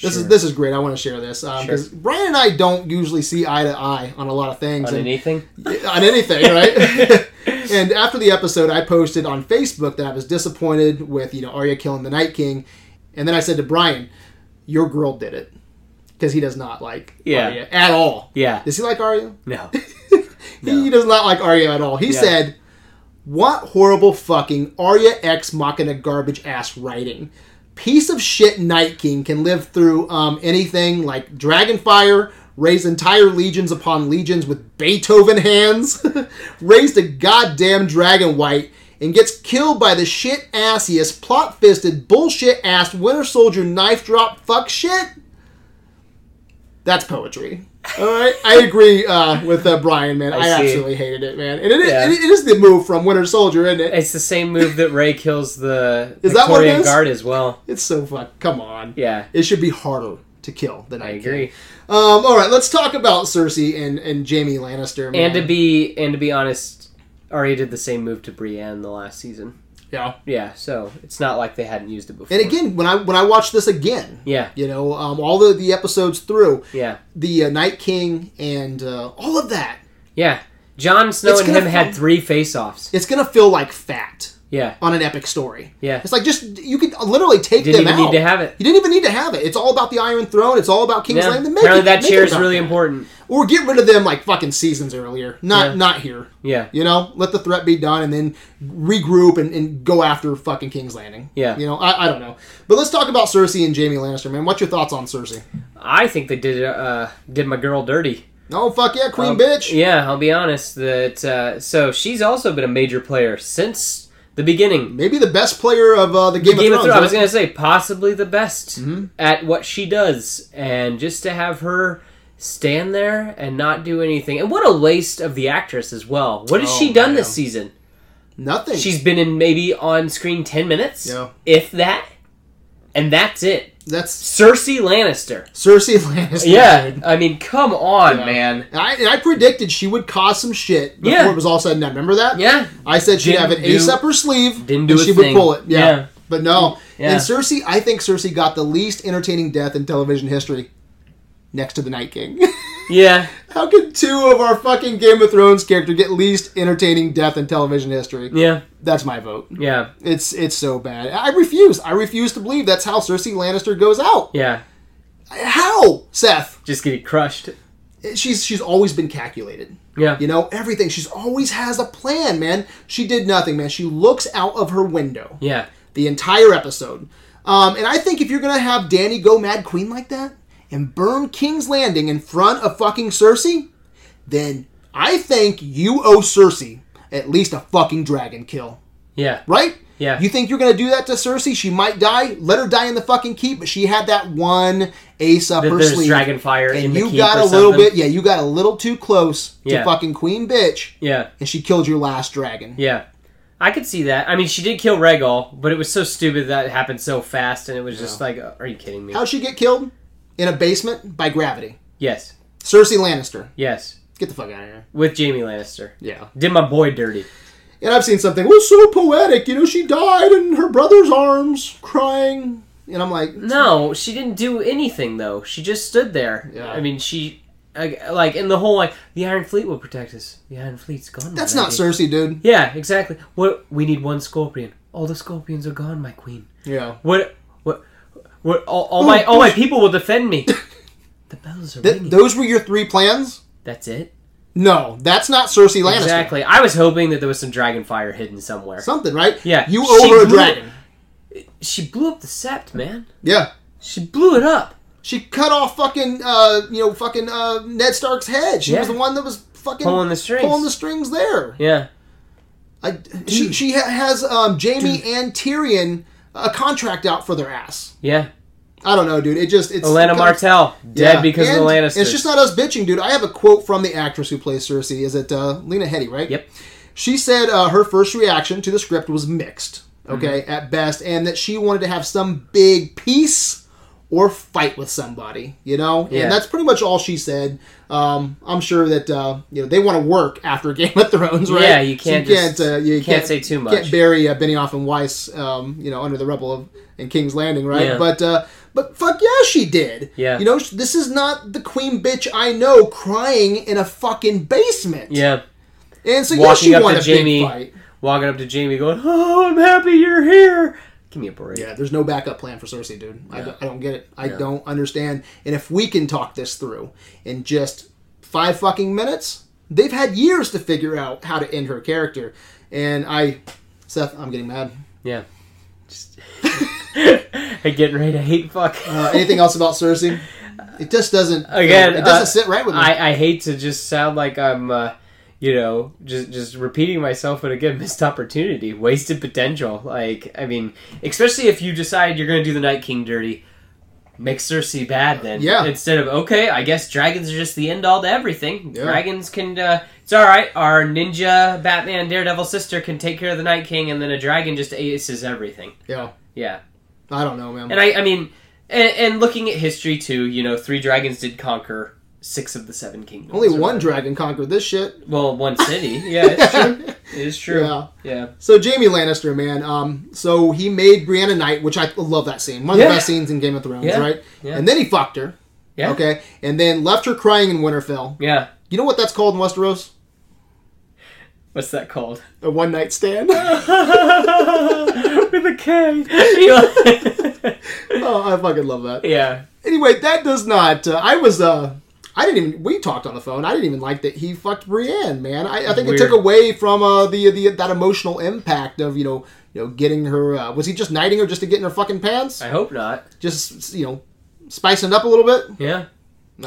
This is Sure. this is great. I want to share this because Brian and I don't usually see eye to eye on a lot of things on and- anything. on anything, right? and after the episode, I posted on Facebook that I was disappointed with you know Arya killing the Night King, and then I said to Brian, "Your girl did it," because he does not like Yeah. Arya at all. Yeah. Does he like Arya? No. He does not like Arya at all. He Yeah. said, "What horrible fucking Arya X machina garbage ass writing? Piece of shit Night King can live through um, anything like Dragonfire." Raise entire legions upon legions with Beethoven hands, raised a goddamn dragon white, and gets killed by the shit assiest, plot fisted, bullshit ass Winter Soldier knife drop fuck shit. That's poetry. All right, I agree uh, with uh, Brian, man. I, I see. absolutely hated it, man. And it, is- Yeah. it is the move from Winter Soldier, isn't it? It's the same move that Ray kills the Is that what it Victorian is? guard as well. It's so fuck. Come on. Yeah, It should be harder to kill than I I agree. Um, all right, let's talk about Cersei and and Jamie Lannister. Man. And to be and to be honest, Arya did the same move to Brienne the last season. yeah. Yeah, so it's not like they hadn't used it before. And again, when I when I watched this again, yeah, you know, um, all the the episodes through, yeah, the uh, Night King and uh, all of that, yeah. Jon Snow It's and gonna him feel- had three face-offs. it's gonna feel like fat Yeah, on an epic story. yeah. It's like just you could literally take Didn't them even out. need to have it. You didn't even need to have it. It's all about the Iron Throne. It's all about King's Yeah. Landing. Make Apparently it- that make chair it is about really that. important. Or get rid of them like fucking seasons earlier. Not Yeah. not here. Yeah, You know, let the threat be done, and then regroup and, and go after fucking King's Landing. Yeah. You know, I, I don't know, but let's talk about Cersei and Jamie Lannister, man. What's your thoughts on Cersei? I think they did uh did my girl dirty. Oh fuck yeah, Queen Um, bitch. Yeah, I'll be honest. That uh, so she's also been a major player since the beginning. Maybe the best player of uh, the Game, Game of Thrones. I was right? Mm-hmm. gonna say possibly the best at what she does, and just to have her stand there and not do anything, and what a waste of the actress as well. What has Oh, she done man. this season? Nothing. She's been in maybe on screen ten minutes, Yeah. if that, and that's it. That's Cersei Lannister. Cersei Lannister. Yeah, dude. I mean, come on, Yeah. man. And I, and I predicted she would cause some shit before Yeah. it was all said and done. Remember that? Yeah, I said she'd Didn't have an do- ace up her sleeve. didn't do and a She thing. would pull it. Yeah. Yeah. But no. Yeah. And Cersei, I think Cersei got the least entertaining death in television history next to the Night King. yeah. How could two of our fucking Game of Thrones character get least entertaining death in television history? Yeah, That's my vote. yeah, It's it's so bad. I refuse. I refuse to believe that's how Cersei Lannister goes out. yeah. How, Seth? Just getting crushed. She's she's always been calculated. Yeah, You know, everything. She's always has a plan, man. She did nothing, man. She looks out of her window. yeah, the entire episode. Um, and I think if you're gonna have Danny go Mad Queen like that and burn King's Landing in front of fucking Cersei, then I think you owe Cersei at least a fucking dragon kill. Yeah. right? Yeah. You think you're going to do that to Cersei? She might die. Let her die in the fucking keep. But she had that one ace up That her there's sleeve, dragon fire in and the you keep got or a little something. bit. Yeah, you got a little too close Yeah. to fucking queen bitch, Yeah. and she killed your last dragon. Yeah. I could see that. I mean, she did kill Regal, but it was so stupid that it happened so fast, and it was just like, uh, are you kidding me? How'd she get killed? In a basement by gravity. yes. Cersei Lannister, Yes. get the fuck out of here. With Jamie Lannister. Yeah. Did my boy dirty. And I've seen something. Well, so poetic. You know, she died in her brother's arms, crying. And I'm like, No, she didn't do anything though. She just stood there. Yeah. I mean, she like, like in the whole like the Iron Fleet will protect us. The Iron Fleet's gone. my that's not lady. Cersei, dude. Yeah, exactly. What we need one scorpion. All the scorpions are gone, my queen. Yeah. What what what? All, all my all my people will defend me. the bells are Th- ringing. those were your three plans? That's it. No, that's not Cersei Lannister. Exactly. I was hoping that there was some dragon fire hidden somewhere. Something, right? Yeah, You she over a blew- dragon. she blew up the sept, man. Yeah. She blew it up. She cut off fucking, uh, you know, fucking uh, Ned Stark's head. She was Yeah. the one that was fucking Pulling the strings. pulling the strings there. Yeah. I, she she ha- has um, Jamie and Tyrion a contract out for their ass. Yeah. I don't know, dude. It just it's Elena it comes- Martell dead Yeah. because And of the Lannisters. It's just not us bitching, dude. I have a quote from the actress who plays Cersei. Is it uh, Lena Headey, right? Yep. She said uh, her first reaction to the script was mixed, Mm-hmm. okay, at best, and that she wanted to have some big piece or fight with somebody, you know? Yeah. And that's pretty much all she said. Um, I'm sure that, uh, you know, they want to work after Game of Thrones, right? Yeah, you can't So you just- can't, uh, you can't say too much. Can't bury uh, Benioff and Weiss, um, you know, under the rubble of in King's Landing, right? Yeah. But, uh, but fuck yeah, she did. Yeah. You know, sh- this is not the queen bitch I know crying in a fucking basement. yeah. And so yeah, Walking she up won to a Jamie. big fight. Walking up to Jamie going, Oh, I'm happy you're here. Give me a break. Yeah, there's no backup plan for Cersei, dude. I, don't, I don't get it. I Yeah. don't understand. And if we can talk this through in just five fucking minutes, they've had years to figure out how to end her character. And I, Seth, I'm getting mad. Yeah. Just Hey, getting ready to hate fuck. Uh, anything else about Cersei? It just doesn't. Again, it doesn't uh, sit right with me. I, I hate to just sound like I'm uh, you know, just just repeating myself, but again, missed opportunity, wasted potential. Like, I mean, especially if you decide you're gonna do the Night King dirty, make Cersei bad then. Yeah. Instead of okay, I guess dragons are just the end all to everything. Yeah. Dragons can. Uh, it's all right. Our ninja Batman Daredevil sister can take care of the Night King, and then a dragon just aces everything. yeah, Yeah. I don't know, man. And I, I mean, and, and looking at history too, you know, three dragons did conquer six of the seven kingdoms. Only or one whatever. dragon conquered this shit. Well, one city. Yeah, it's true. it is true. Yeah. Yeah. So Jamie Lannister, man. Um, so he made Brianna Knight, which I love that scene. One of the Yeah. best scenes in Game of Thrones, Yeah. right? Yeah. And then he fucked her. Yeah. Okay. And then left her crying in Winterfell. Yeah. You know what that's called in Westeros? What's that called? A one night stand. With a K. oh, I fucking love that. yeah. Anyway, that does not. Uh, I was. Uh, I didn't even. We talked on the phone. I didn't even like that he fucked Brienne, man. I, I think Weird. it took away from uh, the the that emotional impact of you know you know getting her. Uh, was he just knighting her just to get in her fucking pants? I hope not. Just you know spicing it up a little bit. Yeah.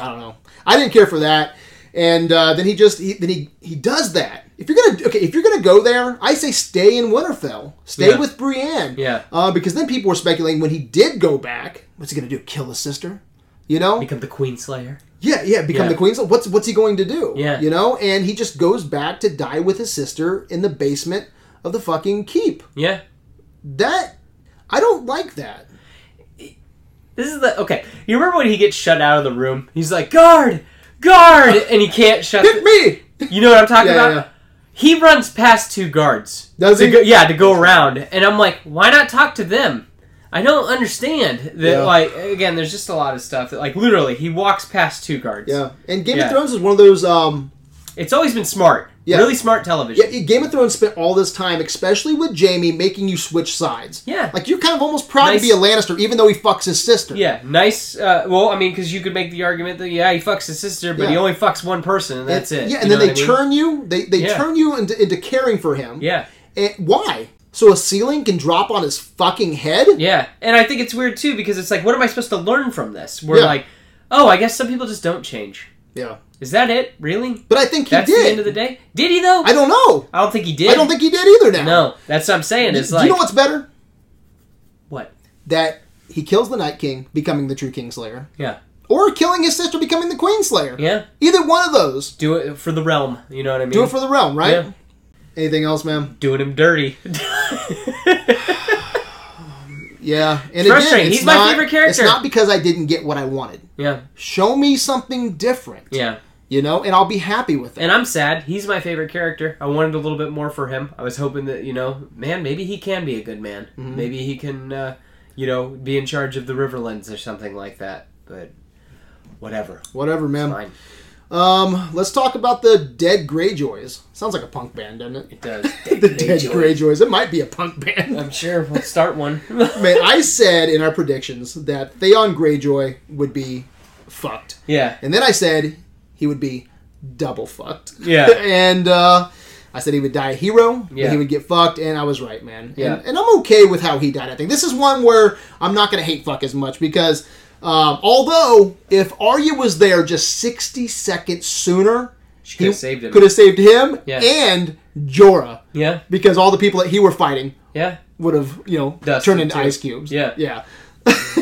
I don't know. I didn't care for that. And uh, then he just he, then he he does that. If you're gonna okay, if you're gonna go there, I say stay in Winterfell. Stay Yeah. with Brienne. Yeah. Uh, because then people were speculating when he did go back, what's he gonna do? Kill his sister? You know? Become the Queen Slayer. yeah, yeah. Become Yeah. the queen's. What's what's he going to do? Yeah. You know? And he just goes back to die with his sister in the basement of the fucking keep. Yeah. That I don't like that. This is the okay. You remember when he gets shut out of the room? He's like, "Guard, guard!" and he can't shut. Hit The, me. you know what I'm talking Yeah, about? yeah. He runs past two guards. Does to he? Go, yeah, to go around, and I'm like, why not talk to them? I don't understand that. Yeah. Like again, there's just a lot of stuff that like literally he walks past two guards. Yeah. And Game of Yeah. Thrones is one of those um it's always been smart. Yeah. really smart Yeah, television. yeah, Game of Thrones spent all this time, especially with Jamie, making you switch sides. Yeah. Like, you're kind of almost proud Nice. to be a Lannister, even though he fucks his sister. Yeah, nice. Uh, well, I mean, because you could make the argument that yeah, he fucks his sister, but he Yeah. only fucks one person, and that's it. Yeah, You and then know they what I mean? turn you, they, they Yeah. turn you into, into caring for him. Yeah. And why? So a ceiling can drop on his fucking head? Yeah, and I think it's weird too because it's like, what am I supposed to learn from this? We're Yeah. like, oh, I guess some people just don't change. Yeah. Is that it? Really? But I think he That's the did. end of the day. Did he though? I don't know. I don't think he did. I don't think he did either. Now, No, that's what I'm saying. It's Do like you know what's better? what? That he kills the Night King, becoming the true Kingslayer, Yeah, or killing his sister, becoming the Queenslayer. yeah. Either one of those. Do it for the realm. You know what I mean? Do it for the realm, right? Yeah. Anything else, ma'am? doing him dirty. Yeah. And Frustrating. it's He's my favorite character. It's not because I didn't get what I wanted. yeah, Show me something different. yeah. You know, and I'll be happy with it. And I'm sad. He's my favorite character. I wanted a little bit more for him. I was hoping that you know, man, maybe he can be a good man. Mm-hmm. Maybe he can, uh, you know, be in charge of the Riverlands or something like that. But whatever. Whatever, ma'am. Fine. Um, let's talk about the Dead Greyjoys. Sounds like a punk band, doesn't it? It does. The Dead Greyjoys. It might be a punk band. I'm sure we'll start one. Man, I said in our predictions that Theon Greyjoy would be fucked. yeah. And then I said he would be double fucked. Yeah. and uh, I said he would die a hero, yeah. Yeah. he would get fucked, and I was right, man. Yeah. And, and I'm okay with how he died, I think. This is one where I'm not going to hate fuck as much because um, although if Arya was there just 60 seconds sooner, She could have saved him. Could have saved him Yeah. and Jorah Yeah. because all the people that he were fighting Yeah. would have, you know, Dusted turned into too. ice cubes. Yeah. Yeah.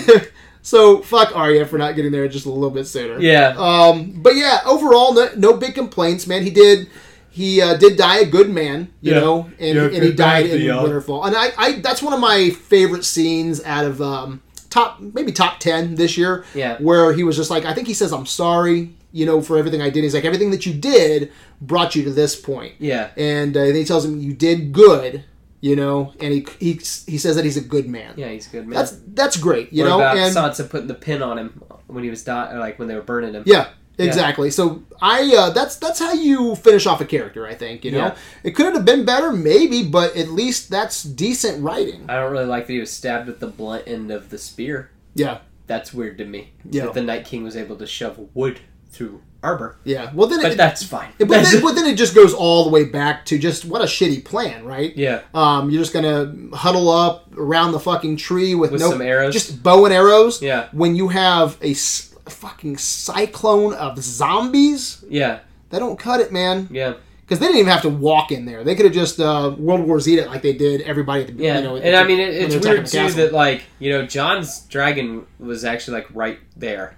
so fuck Arya for not getting there just a little bit sooner. Yeah. Um, but yeah, overall, no, no big complaints, man. He did, he uh, did die a good man, you Yeah. know, and, Yeah, and he good died man, in Theon. Winterfall, and I, I, that's one of my favorite scenes out of um, top, maybe top ten this year. Yeah. where he was just like, I think he says, "I'm sorry." You know, for everything I did, he's like, everything that you did brought you to this point yeah. and uh, then he tells him you did good you know and he he, he says that he's a good man Yeah. He's a good man. that's that's great you what know about and Sansa putting the pin on him when he was dying, like when they were burning him? yeah exactly so i uh, that's that's how you finish off a character i think you know Yeah. it could have been better maybe but at least that's decent writing I don't really like that he was stabbed with the blunt end of the spear. yeah That's weird to me. Yeah. That the Night King was able to shove wood through Arbor. yeah well then But it, that's fine. but, then, but then it just goes all the way back to just what a shitty plan right yeah. um, you're just gonna huddle up around the fucking tree with, With no some arrows? just bow and arrows. Yeah. When you have a, s- a fucking cyclone of zombies, Yeah. that don't cut it, man. Yeah. Because they didn't even have to walk in there. They could have just uh, World War Z it like they did everybody. At the, Yeah. You know, and I mean, it, when it's they're attacking weird the too castle. that, like, you know, John's dragon was actually, like, right there.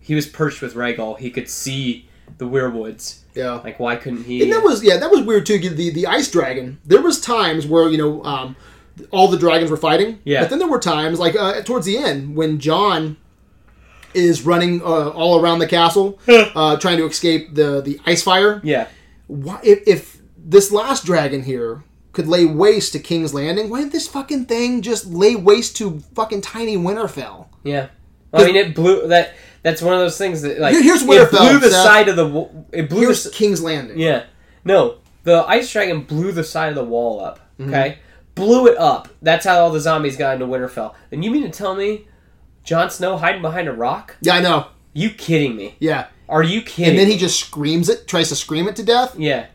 He was perched with Rhaegal. He could see the werewoods. yeah. Like, why couldn't he? And that was yeah, that was weird too. The the ice dragon. There was times where you know um, all the dragons were fighting. Yeah. But then there were times like uh, towards the end when John is running uh, all around the castle uh, trying to escape the the ice fire. yeah. Why, if, if this last dragon here could lay waste to King's Landing, why did this fucking thing just lay waste to fucking tiny Winterfell? Yeah. Well, I mean, it blew that. That's one of those things that like Here- here's it Winterfell, blew the Seth. side of the wa- it blew. The, Here's s- King's Landing. yeah. No, the ice dragon blew the side of the wall up. Mm-hmm. Okay, blew it up. That's how all the zombies got into Winterfell. And you mean to tell me, Jon Snow hiding behind a rock? Yeah, I know. You kidding me? Yeah. Are you kidding? And then he me? just screams it, tries to scream it to death. yeah.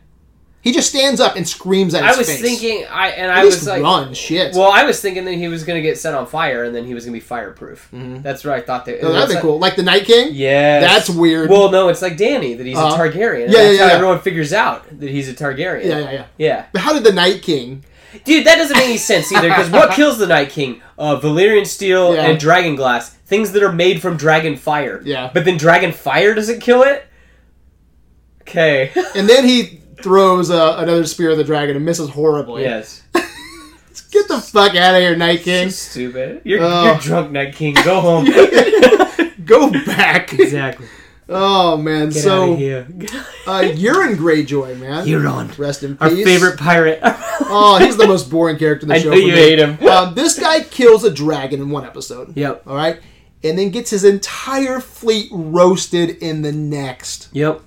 He just stands up and screams at his I was face. thinking. I and At I least was like, run, shit. well, I was thinking that he was gonna get set on fire and then he was gonna be fireproof. That's what I thought. That, Oh, that'd be cool. Like the Night King? Yeah, That's weird. Well, no, it's like Danny that he's Uh-huh. a Targaryen. Yeah, Yeah, that's yeah, how yeah. Everyone figures out that he's a Targaryen. Yeah, yeah, yeah. yeah. But how did the Night King? Dude, that doesn't make any sense either. Because what kills the Night King? Uh, Valyrian steel Yeah. and dragon glass, things that are made from dragon fire. Yeah. But then dragon fire doesn't kill it. Okay. And then he throws uh, another spear of the dragon and misses horribly. yes. Get the fuck out of here, Night King. Stupid. You're, Oh. you're drunk, Night King. Go home. Go back. exactly. Oh man. Get out so of here. uh, you're in Greyjoy, man. Euron, Rest in peace. our favorite pirate. Oh, he's the most boring character in the I show. knew for you me. hate him. Um, this guy kills a dragon in one episode. Yep. All right, and then gets his entire fleet roasted in the next. Yep.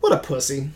What a pussy.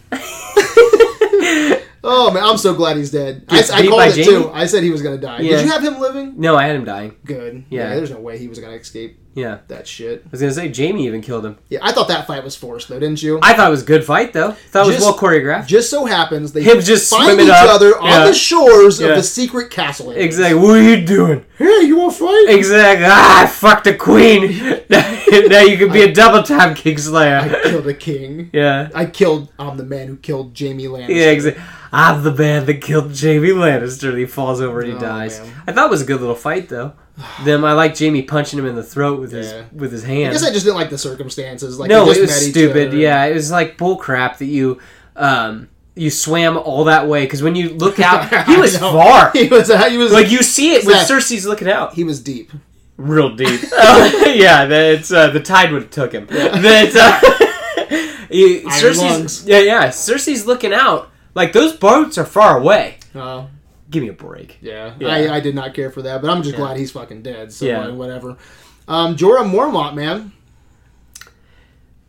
oh man, I'm so glad he's dead. I, Gets I beat by called it Jamie? too. I said he was gonna die. Yeah. Did you have him living? No, I had him dying. Good. Yeah. There's no way he was gonna escape. Yeah. that shit. I was gonna say Jamie even killed him. Yeah, I thought that fight was forced though, didn't you? I thought it was a good fight though. Thought it was Just- well choreographed. Just so happens they Him just find swimming each up. other on Yeah. the shores Yeah. of the secret castle. area. exactly. What are you doing? Hey, you want to fight? Exactly. Ah, I fucked a queen. now you could be a double time Kingslayer. I killed a king. yeah. I killed. I'm the man who killed Jamie Lannister. Yeah, exactly. I'm the man that killed Jamie Lannister. And he falls over and he Oh, dies. man. I thought it was a good little fight though. Them, I like Jamie punching him in the throat with Yeah. his with his I hand. guess I just didn't like the circumstances. Like no, they just it was met each stupid. other. Yeah, it was like bullcrap that you um you swam all that way because when you look out, he I was know. far. He was. He was. Like you see it when Exactly. Cersei's looking out, he was deep. real deep. Oh, yeah, that's uh, the tide would have took him. That uh, you- Iron Cersei's lungs. yeah yeah Cersei's looking out like those boats are far away. Uh, Give me a break. yeah, Yeah. I, I did not care for that, but I'm just glad he's fucking dead. So Yeah. like, whatever. Um, Jorah Mormont, man.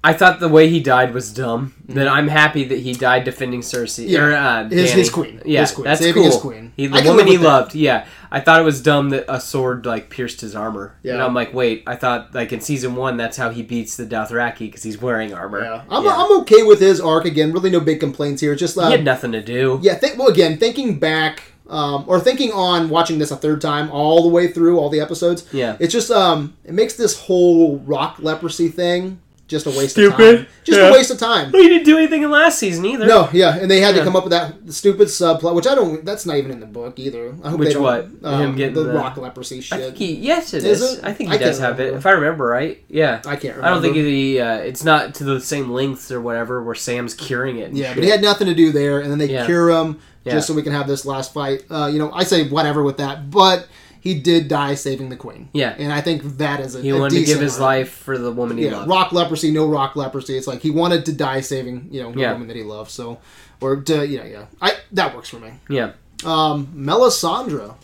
I thought the way he died was dumb. That I'm happy that he died defending Cersei. Yeah. Or, uh, His- Dany. his queen. Yeah, His queen. that's Saving cool. his queen. He, the I can woman live he with that. loved. Yeah, I thought it was dumb that a sword like pierced his armor. Yeah. And I'm like, wait, I thought like in season one that's how he beats the Dothraki because he's wearing armor. Yeah, I'm, I'm okay with his arc again. Really, no big complaints here. Just uh, he had nothing to do. yeah. Think well again. Thinking back. Um, or thinking on watching this a third time all the way through all the episodes Yeah. it's just um it makes this whole rock leprosy thing just a waste of Stupid. time just Yeah. a waste of time Well, he didn't do anything in last season either. No, yeah, and they had Yeah. to come up with that stupid subplot, which I don't. That's not even in the book either. I hope Which they don't, what? Um, Him getting the, the- rock leprosy shit. I think he, yes, it is. Is it? I think I he can't does have it, remember. if I remember right. Yeah, I can't. Remember. I don't think he. Uh, it's not to the same lengths or whatever where Sam's curing it. and Yeah, shit. but he had nothing to do there, and then they Yeah. cure him Yeah. just so we can have this last fight. Uh, you know, I say whatever with that, but he did die saving the queen. Yeah. and I think that is a He a wanted to give decent his arc. life for the woman he Yeah, loved. rock leprosy, no rock leprosy. It's like he wanted to die saving you know the Yeah. woman that he loved. So, or to, yeah, yeah, I that works for me. Yeah. Um, Melisandre.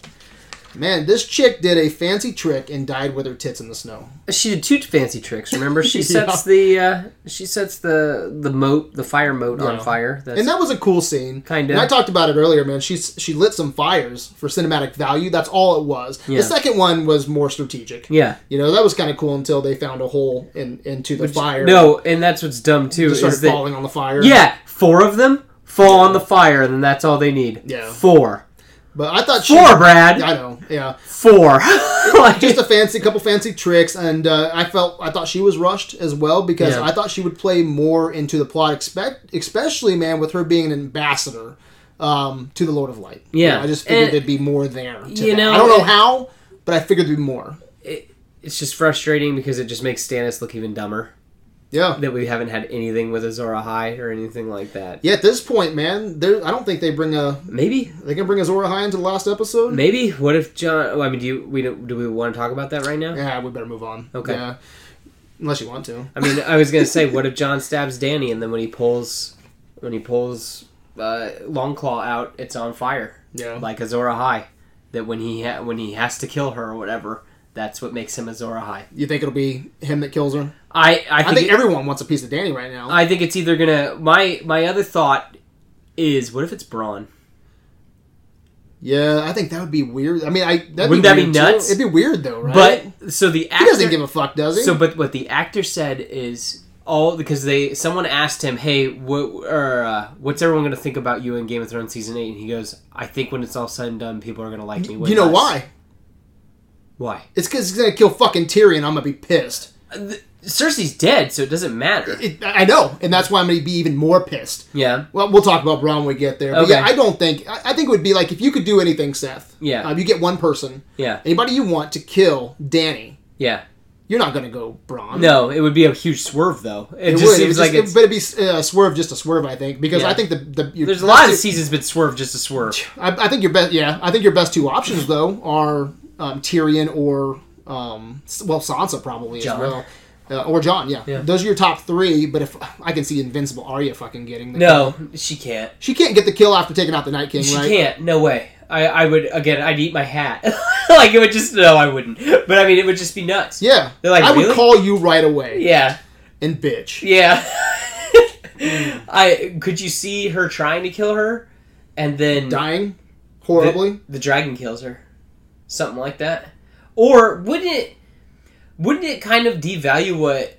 Man, this chick did a fancy trick and died with her tits in the snow. She did two fancy tricks. Remember, she Yeah. sets the uh, she sets the the moat, the fire moat on Yeah. fire. That's And that was a cool scene. Kinda. And I talked about it earlier, man. She she lit some fires for cinematic value. That's all it was. Yeah. The second one was more strategic. yeah. You know, that was kind of cool until they found a hole in into the fire. No, and that's what's dumb too Just is started that falling on the fire. yeah, four of them fall on the fire, and then that's all they need. Yeah. four, But I thought she four, Brad, I know. Yeah. four. Like- Just a fancy couple fancy tricks and uh, I felt I thought she was rushed as well because Yeah. I thought she would play more into the plot expect especially man with her being an ambassador um, to the Lord of Light. You Yeah. know, I just figured And- there'd be more there. to you that. know, I don't know it- how, but I figured there'd be more. it's just frustrating because it just makes Stannis look even dumber Yeah. that we haven't had anything with Azora High or anything like that. Yeah, at this point, man, there I don't think they bring a Maybe, they can bring Azora High into the last episode. maybe. What if John? oh, I mean, do you we don't, do we want to talk about that right now? Yeah, we better move on. Okay. Yeah. Unless you want to. I mean, I was gonna say, what if John stabs Danny, and then when he pulls, when he pulls uh, Longclaw out, it's on fire, Yeah. like Azora High. That when he ha- when he has to kill her or whatever, that's what makes him Azora High. you think it'll be him that kills her? I I I think, think it- everyone wants a piece of Danny right now. I think it's either gonna my my other thought is what if it's Braun? Yeah, I think that would be weird. I mean, I that'd Wouldn't that be weird, too. nuts? It'd be weird though, right? But so the he actor doesn't give a fuck, does he? So, but what the actor said is all because they someone asked him, "Hey, what or uh, what's everyone going to think about you in Game of Thrones season 8? And he goes, "I think when it's all said and done, people are going to like me." way you know less." why? Why? It's because he's gonna kill fucking Tyrion. I'm gonna be pissed. Cersei's dead, so it doesn't matter. It, I know, and that's why I'm gonna be even more pissed. Yeah, Well, we'll talk about Braun when we get there. But Okay. yeah, I don't think. I, I think it would be like if you could do anything, Seth. Yeah. Um, you get one person, yeah, anybody you want to kill Danny. yeah. You're not gonna go Braun. No, it would be a huge swerve, though. It, It, just would. seems it would like just, it's. but it'd be uh, swerve just a swerve, I think, because Yeah. I think the the your, there's a lot of seasons been swerved just a swerve. I, I think your best, yeah, I think your best two options though are um, Tyrion or um, S- well Sansa probably as Jon. well, uh, or John. Yeah. Yeah. those are your top three. But if I can see Invincible Arya fucking getting the No, she can't. she can't get the kill after taking out the Night King, She right? can't. No way. I, I would again. I'd eat my hat. like it would just. No, I wouldn't. But I mean, it would just be nuts. Yeah, They're like, I would "Really?" call you right away Yeah. and bitch. Yeah. Mm. I could you see her trying to kill her, and then Dying horribly. the, the dragon kills her, something like that. Or wouldn't it? wouldn't it kind of devalue what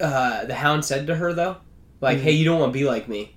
uh, the Hound said to her though? Like, Mm. hey, you don't want to be like me.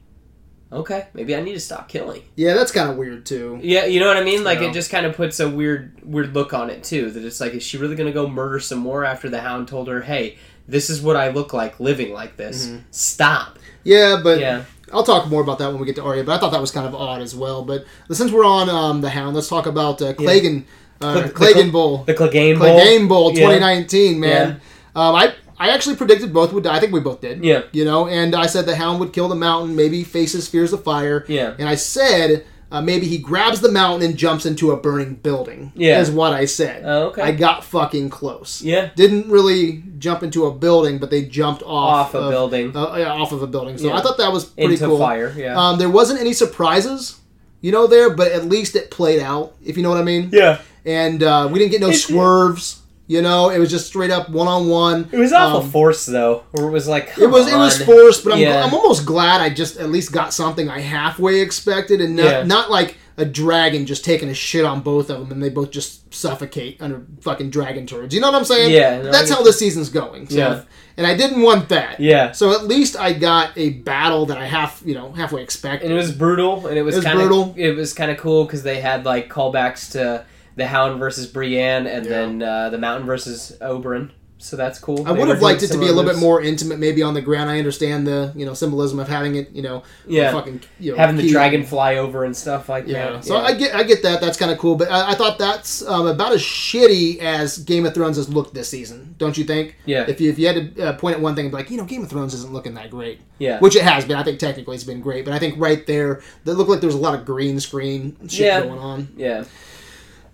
Okay, maybe I need to stop killing. Yeah, that's kind of weird too. Yeah, you know what I mean. Like Yeah. it just kind of puts a weird, weird look on it too. That it's like, is she really gonna go murder some more after the Hound told her, "Hey, this is what I look like living like this. Stop." Yeah, Mm-hmm. but Yeah. I'll talk more about that when we get to Arya. But I thought that was kind of odd as well. But since we're on um, the Hound, let's talk about uh, Clegane, uh, Cle- the Clegane Cle- Bowl, The Clegane Bowl. Clegane Bowl, Yeah. 2019, man. Um, I I actually predicted both would. die. I think we both did. Yeah. You know, and I said the Hound would kill the mountain, maybe faces fears of fire. Yeah. And I said. Uh, maybe he grabs the mountain and jumps into a burning building. Yeah. is what I said. Oh, okay. I got fucking close. Yeah. didn't really jump into a building, but they jumped off, Off a of- building. uh, yeah, off of a building. So Yeah. I thought that was pretty into cool. fire. Yeah. Um, there wasn't any surprises, you know, there, but at least it played out, if you know what I mean. yeah. And uh, we didn't get no It's- swerves. You know, it was just straight up one on one. It was awful Um, force though, where it was like It was it come was on. forced, but I'm, Yeah. I'm almost glad I just at least got something I halfway expected, and not, Yeah. not like a dragon just taking a shit on both of them, and they both just suffocate under fucking dragon turds. You know what I'm saying? Yeah, no, That's I- how this season's going. So. Yeah. And I didn't want that. Yeah. So at least I got a battle that I half you know halfway expected. and it was brutal, and it was, It was kind brutal. of it was kind of cool because they had like callbacks to the Hound versus Brienne, and Yeah. then uh, the Mountain versus Oberyn. So that's cool. I They would were have liked it doing to be a little bit similar more intimate, maybe on the ground. I understand the you know symbolism of having it, you know, moves. yeah, fucking you know, having the key. dragon fly over and stuff like Yeah. that. so I get I get that. That's kind of cool, but I, I thought that's um, about as shitty as Game of Thrones has looked this season, don't you think? Yeah. If you if you had to uh, point at one thing, and be like, you know, Game of Thrones isn't looking that great, yeah, which it has been. I think technically it's been great, but I think right there, that looked like there was a lot of green screen shit Yeah. going on. yeah,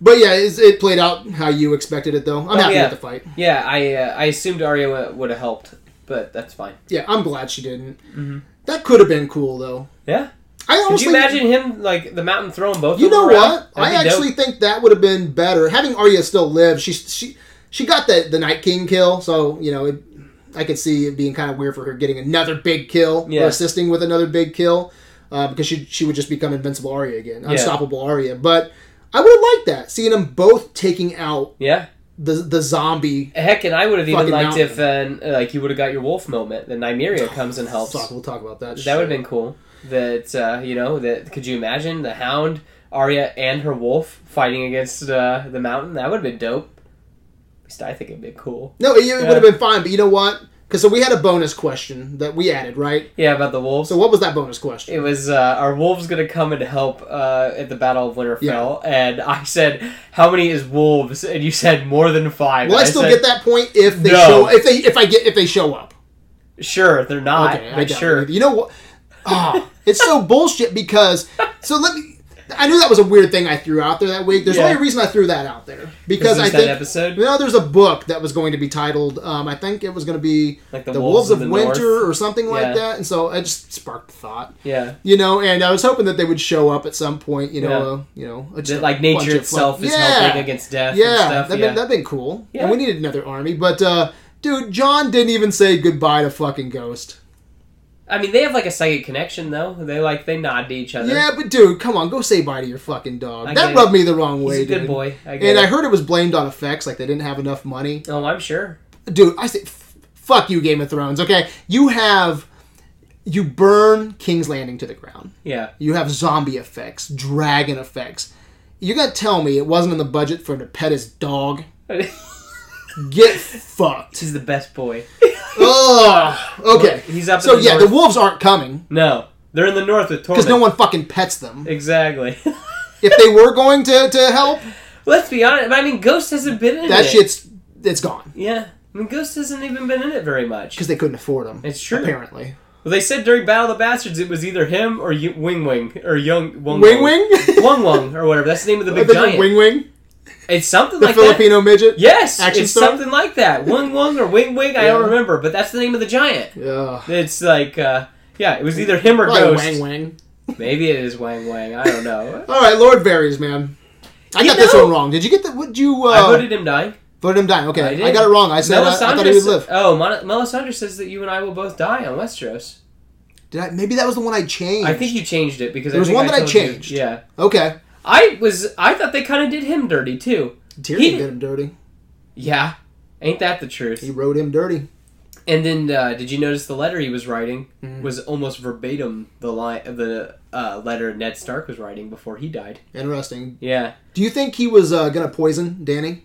But yeah, it's, it played out how you expected it, though. I'm happy Oh, yeah. with the fight. yeah. I uh, I assumed Arya would have helped, but that's fine. Yeah, I'm glad she didn't. That could have been cool, though. Mm-hmm. Yeah. I Could honestly, you imagine him like the Mountain throwing both? you of them know around? what? That'd I be dope. actually think that would have been better. Having Arya still live, she she she got the the Night King kill, so you know, it, I could see it being kind of weird for her getting another big kill Yeah. or assisting with another big kill uh, because she she would just become invincible Arya again, unstoppable Arya. But I would have liked that seeing them both taking out yeah. the the zombie. Heck, and I would have even Fucking Oh, liked if uh, like you would have got your wolf moment. Then Nymeria comes and helps. Fuck, we'll talk about that. That would shit. have been cool. That uh, you know, that could you imagine the Hound, Arya, and her wolf fighting against uh, the Mountain? That would have been dope. At least I think it'd been cool. no, it, it Yeah. would have been fine. But you know what? Because so we had a bonus question that we added, right? Yeah, about the wolves. So what was that bonus question? It was uh, are wolves gonna come and help uh, at the Battle of Winterfell? And I said, how many is wolves? And you said more than five. Will I And still said, get that point if they No. show if they if I get if they show up? Sure, they're not. Okay, but got sure. it. You know what? Oh, it's so bullshit because so let me. I knew that was a weird thing I threw out there that week. There's Yeah. only a reason I threw that out there because Because I that think episode. you know there's a book that was going to be titled. Um, I think it was going to be Like the, the Wolves, Wolves of of the Winter North. or something like Yeah. that, and so I just sparked the thought, Yeah. you know. And I was hoping that they would show up at some point, you know, Yeah. uh, you know, a- That, like bunch nature of itself fuck- is Yeah. helping against death Yeah, and stuff. that'd, yeah. Been, that'd been cool. Yeah. And we needed another army, but uh, dude, John didn't even say goodbye to fucking Ghost. I mean, they have like a psychic connection though. They like they nod to each other. Yeah, but dude, come on, go say bye to your fucking dog. I that get rubbed me the wrong He's way, a good dude. boy. I get And I it. heard it was blamed on effects, like they didn't have enough money. oh, I'm sure. Dude, I say, f- fuck you, Game of Thrones. Okay, you have, you burn King's Landing to the ground. Yeah. You have zombie effects, dragon effects. You're gonna tell me it wasn't in the budget for him to pet his dog? He's Get fucked. the best boy. Ugh. Okay. He's up. So in the yeah, north. the wolves aren't coming no, they're in the north with Tormund. because no one fucking pets them. exactly. If they were going to, to help, Let's be honest. I mean, Ghost hasn't been in it. that shit's it's gone Yeah. I mean, Ghost hasn't even been in it very much. because they couldn't afford them. It's true. Apparently, Well, they said during Battle of the Bastards it was either him or you, Wing Wing or Young Wong Wing Wong. Wing, Wong Wong or whatever. That's the name of the I big think giant. Wing Wing, It's something the like that. Filipino midget. Yes, action it's star? something like that. Wong Wong or Wing Wing. I Yeah. don't remember, but that's the name of the giant. Yeah. It's like, uh, yeah, it was either him or Probably Ghost. Wang Wang. Maybe it is Wang Wang. I don't know. All right, Lord varies, man. I You got this know- one wrong. Did you get the? Would you? Uh, I voted him dying. voted him down. Okay, I I, did. got it wrong. I said I, I thought he Melisandre would sa- live. Oh, Mon- Melisandre says that you and I will both die on Westeros. Did I? Maybe that was the one I changed. I think you changed it because There I was think one that I told you- changed. Yeah, Okay. I was. I thought they kind of did him dirty too. Tyrion He- did him dirty. Yeah, Ain't that the truth? He rode him dirty. And then, uh, did you notice the letter he was writing Mm. was almost verbatim the line, the uh, letter Ned Stark was writing before he died. Interesting. Yeah, Do you think he was uh, gonna poison Danny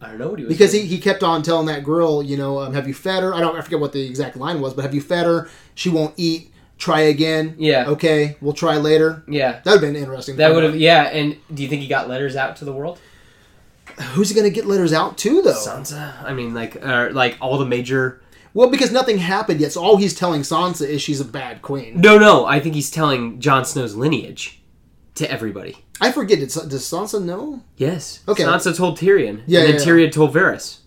I don't know what he was because he, doing. he kept on telling that girl, you know, um, have you fed her? I don't I forget what the exact line was, but have you fed her? She won't eat. Try again. Yeah. Okay, we'll try later. yeah That would have been interesting. that would have yeah. And do you think he got letters out to the world? Uh, Who's he gonna get letters out to though? Sansa. I mean, like or like all the major. Well, because nothing happened yet, so all he's telling Sansa is she's a bad queen. No, no. I think he's telling Jon Snow's lineage to everybody. I forget. Did, Sa- does Sansa know? Yes. Okay. Sansa told Tyrion. Yeah, And yeah, then yeah. Tyrion told Varys.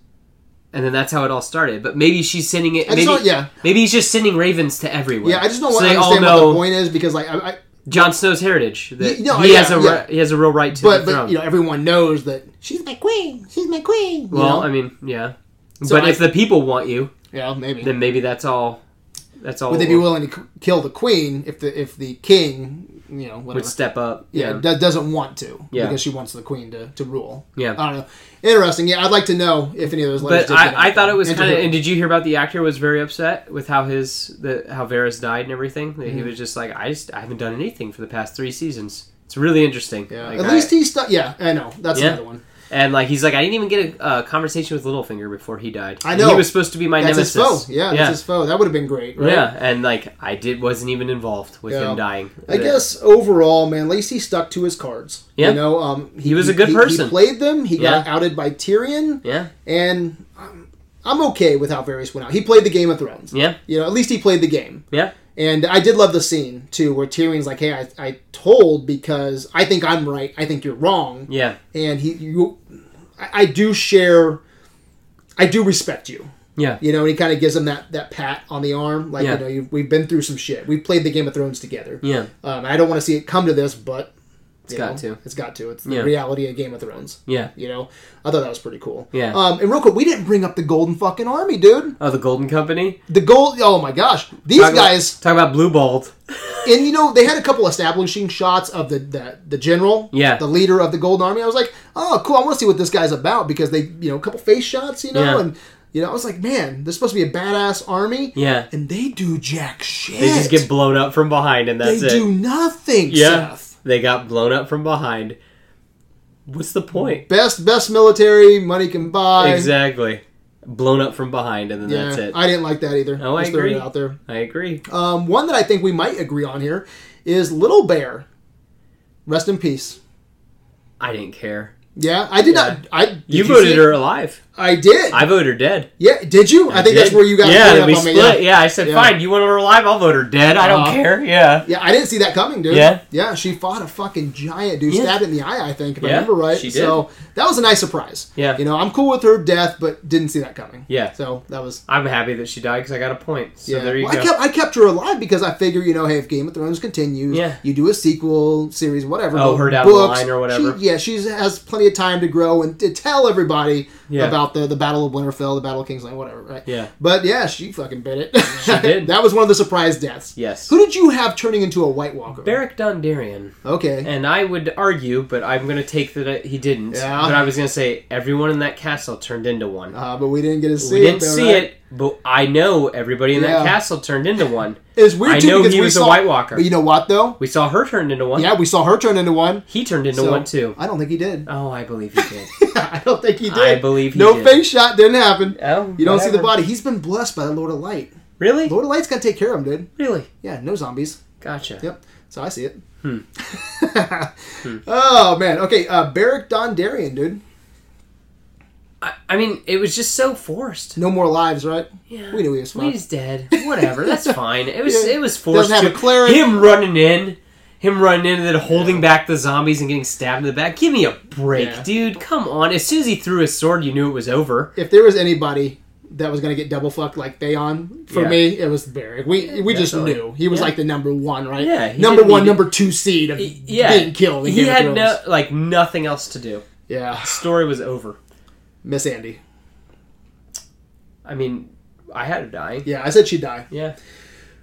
And then that's how it all started. But maybe she's sending it. I Maybe, just don't- yeah. maybe he's just sending ravens to everyone. Yeah, I just don't so want to they all understand what know the point is because like I, I Jon Snow's heritage. That Y- no, he yeah, has a ri- yeah. he has a real right to but the throne. but you know everyone knows that she's my queen. She's my queen. you well, know? I mean, yeah. So but I- if the people want you, yeah, maybe. then maybe that's all. That's all. would the they be world willing to c- kill the queen if the if the king you know would whatever step up? yeah, do- doesn't want to Yeah. because she wants the queen to, to rule Yeah. I don't know interesting yeah I'd like to know if any of those letters But did get I, I out thought there. it was And to kind of. who. And did you hear about the actor was very upset with how his the how Varys died and everything? That Mm-hmm. He was just like, I just I haven't done anything for the past three seasons. It's really interesting. yeah Like, at I- least he stuck yeah I know that's Yeah. another one and like he's like, I didn't even get a uh, conversation with Littlefinger before he died. I And know. he was supposed to be my that's nemesis. his foe yeah, yeah. that's his foe that would have been great right Yeah, and like I did wasn't even involved with Yeah. him dying. I guess overall, man, Lacey stuck to his cards. Yeah. You know, um, He was a good person. He played them. He got outed by Tyrion, Yeah, and I'm, I'm okay with how Varys went out. He played the Game of Thrones. yeah, You know, at least he played the game. yeah, And I did love the scene too, where Tyrion's like, "Hey, I, I told because I think I'm right. I think you're wrong." yeah, And he, you, I, I do share, I do respect you. yeah. You know, and he kind of gives him that that pat on the arm, like Yeah. you know, you, we've been through some shit. We've played the Game of Thrones together. Yeah, Um, I don't want to see it come to this, but it's got to. It's got to. It's Yeah. the reality of Game of Thrones. yeah. You know, I thought that was pretty cool. Yeah. Um, and real quick, we didn't bring up the Golden fucking Army, dude. Oh, the Golden Company. The gold. Oh my gosh, these Talk about- guys. talk about blue balled. And you know, they had a couple establishing shots of the the, the general. Yeah. The leader of the Golden Army. I was like, oh, cool. I want to see what this guy's about because they, you know, a couple face shots. You know, Yeah. and you know, I was like, man, this is supposed to be a badass army. Yeah, And they do jack shit. they just get blown up from behind, and They that's it. do nothing. yeah, Seth. they got blown up from behind. What's the point? best best military money can buy. exactly, blown up from behind, and then Yeah, that's it. I, I didn't like that either. No, I Just throwing it agree. out there. agree. Um, one that I think we might agree on here is Little Bear. Rest in peace. I didn't care. Yeah, I did not. I did you voted see- her alive. I did. I voted her dead. yeah, did you? I, think that's Dead. where you got yeah. yeah, we on me. split. Yeah. yeah, I said Yeah. fine. You want her alive? I'll vote her dead. I don't Uh-huh. care. Yeah. Yeah, I didn't see that coming, dude. Yeah. yeah. She fought a fucking giant dude, Yeah. stabbed in the eye. I think, if I Yeah, remember right. she did. So that was a nice surprise. Yeah. you know, I'm cool with her death, but didn't see that coming. Yeah. So that was I'm happy that she died because I got a point. So Yeah. there you well, go. I kept I kept her alive because I figure you know hey if Game of Thrones continues Yeah. you do a sequel series whatever Oh, but her down the line or whatever. she, yeah she has plenty of time to grow and to tell everybody Yeah. about the the Battle of Winterfell the Battle of King's Landing whatever right Yeah. but yeah she fucking bit it she did. that was one of the surprise deaths Yes. who did you have turning into a White Walker Beric Dondarrion. okay And I would argue, but I'm going to take that he didn't. Yeah. But I was going to say everyone in that castle turned into one. uh, but we didn't get to see we it didn't though, see right? it, but I know everybody in Yeah. that castle turned into one. it's weird I too know because he we was a saw White Walker. but you know what though We saw her turned into one. yeah we saw her turn into one He turned into So, one too. I don't think he did Oh, I believe he did. I don't think he did I believe he no did. face shot didn't happen oh, You don't see the whatever. body. He's been blessed by the Lord of Light. Really? Lord of Light's gonna take care of him, dude. Really? Yeah, no zombies. Gotcha. Yep. So I see it. Hmm. oh man. Okay. Uh, Beric Dondarrion, dude. I, I mean, it was just so forced. No more lives, right? Yeah. We knew he was Well, fine. He's dead. Whatever. That's fine. It was Yeah. it was forced. Doesn't have to- a cleric. Him running in, him running in, and then holding back the zombies and getting stabbed in the back. Give me a break, Yeah. dude. Come on. As soon as he threw his sword, you knew it was over. If there was anybody that was gonna get double fucked like Theon, for Yeah. me, it was Beric. We we just Definitely. knew he was Yeah. like the number one, right? Yeah, he Number didn't one, need- number two seed of Yeah, being killed. in He Game of had no Thrones. like nothing else to do. Yeah. Story was over. Miss Andy. I mean, I had her dying. Yeah, I said she'd die. Yeah.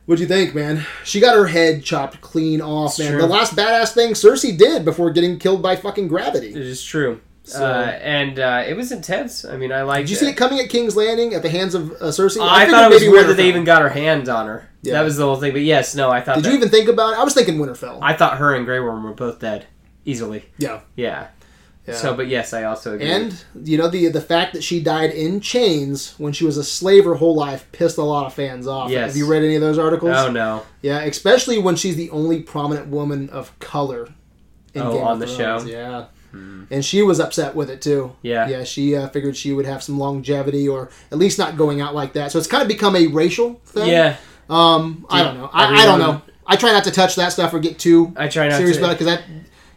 What'd you think, man? She got her head chopped clean off, It's man. true. The last badass thing Cersei did before getting killed by fucking gravity. It is true. So- uh, and uh, it was intense. I mean, I liked. Did you see it coming at King's Landing at the hands of uh, Cersei? I, figured thought it was maybe weird that Winterfell. they even got her hand on her. Yeah. That was the whole thing. But yes, no, I thought. Did that, you even think about it? I was thinking Winterfell. I thought her and Grey Worm were both dead easily. yeah. Yeah. Yeah. So, but yes, I also agree. And you know the the fact that she died in chains when she was a slave her whole life pissed a lot of fans off. Yes. Have you read any of those articles? oh no, Yeah, especially when she's the only prominent woman of color. In Oh, on the Thrones. show? Hmm. Yeah. And she was upset with it too. Yeah. Yeah, she uh, figured she would have some longevity or at least not going out like that. So it's kind of become a racial thing. yeah, Um, I don't know. I, I don't know. I try not to touch that stuff or get too I try not serious to. about it because that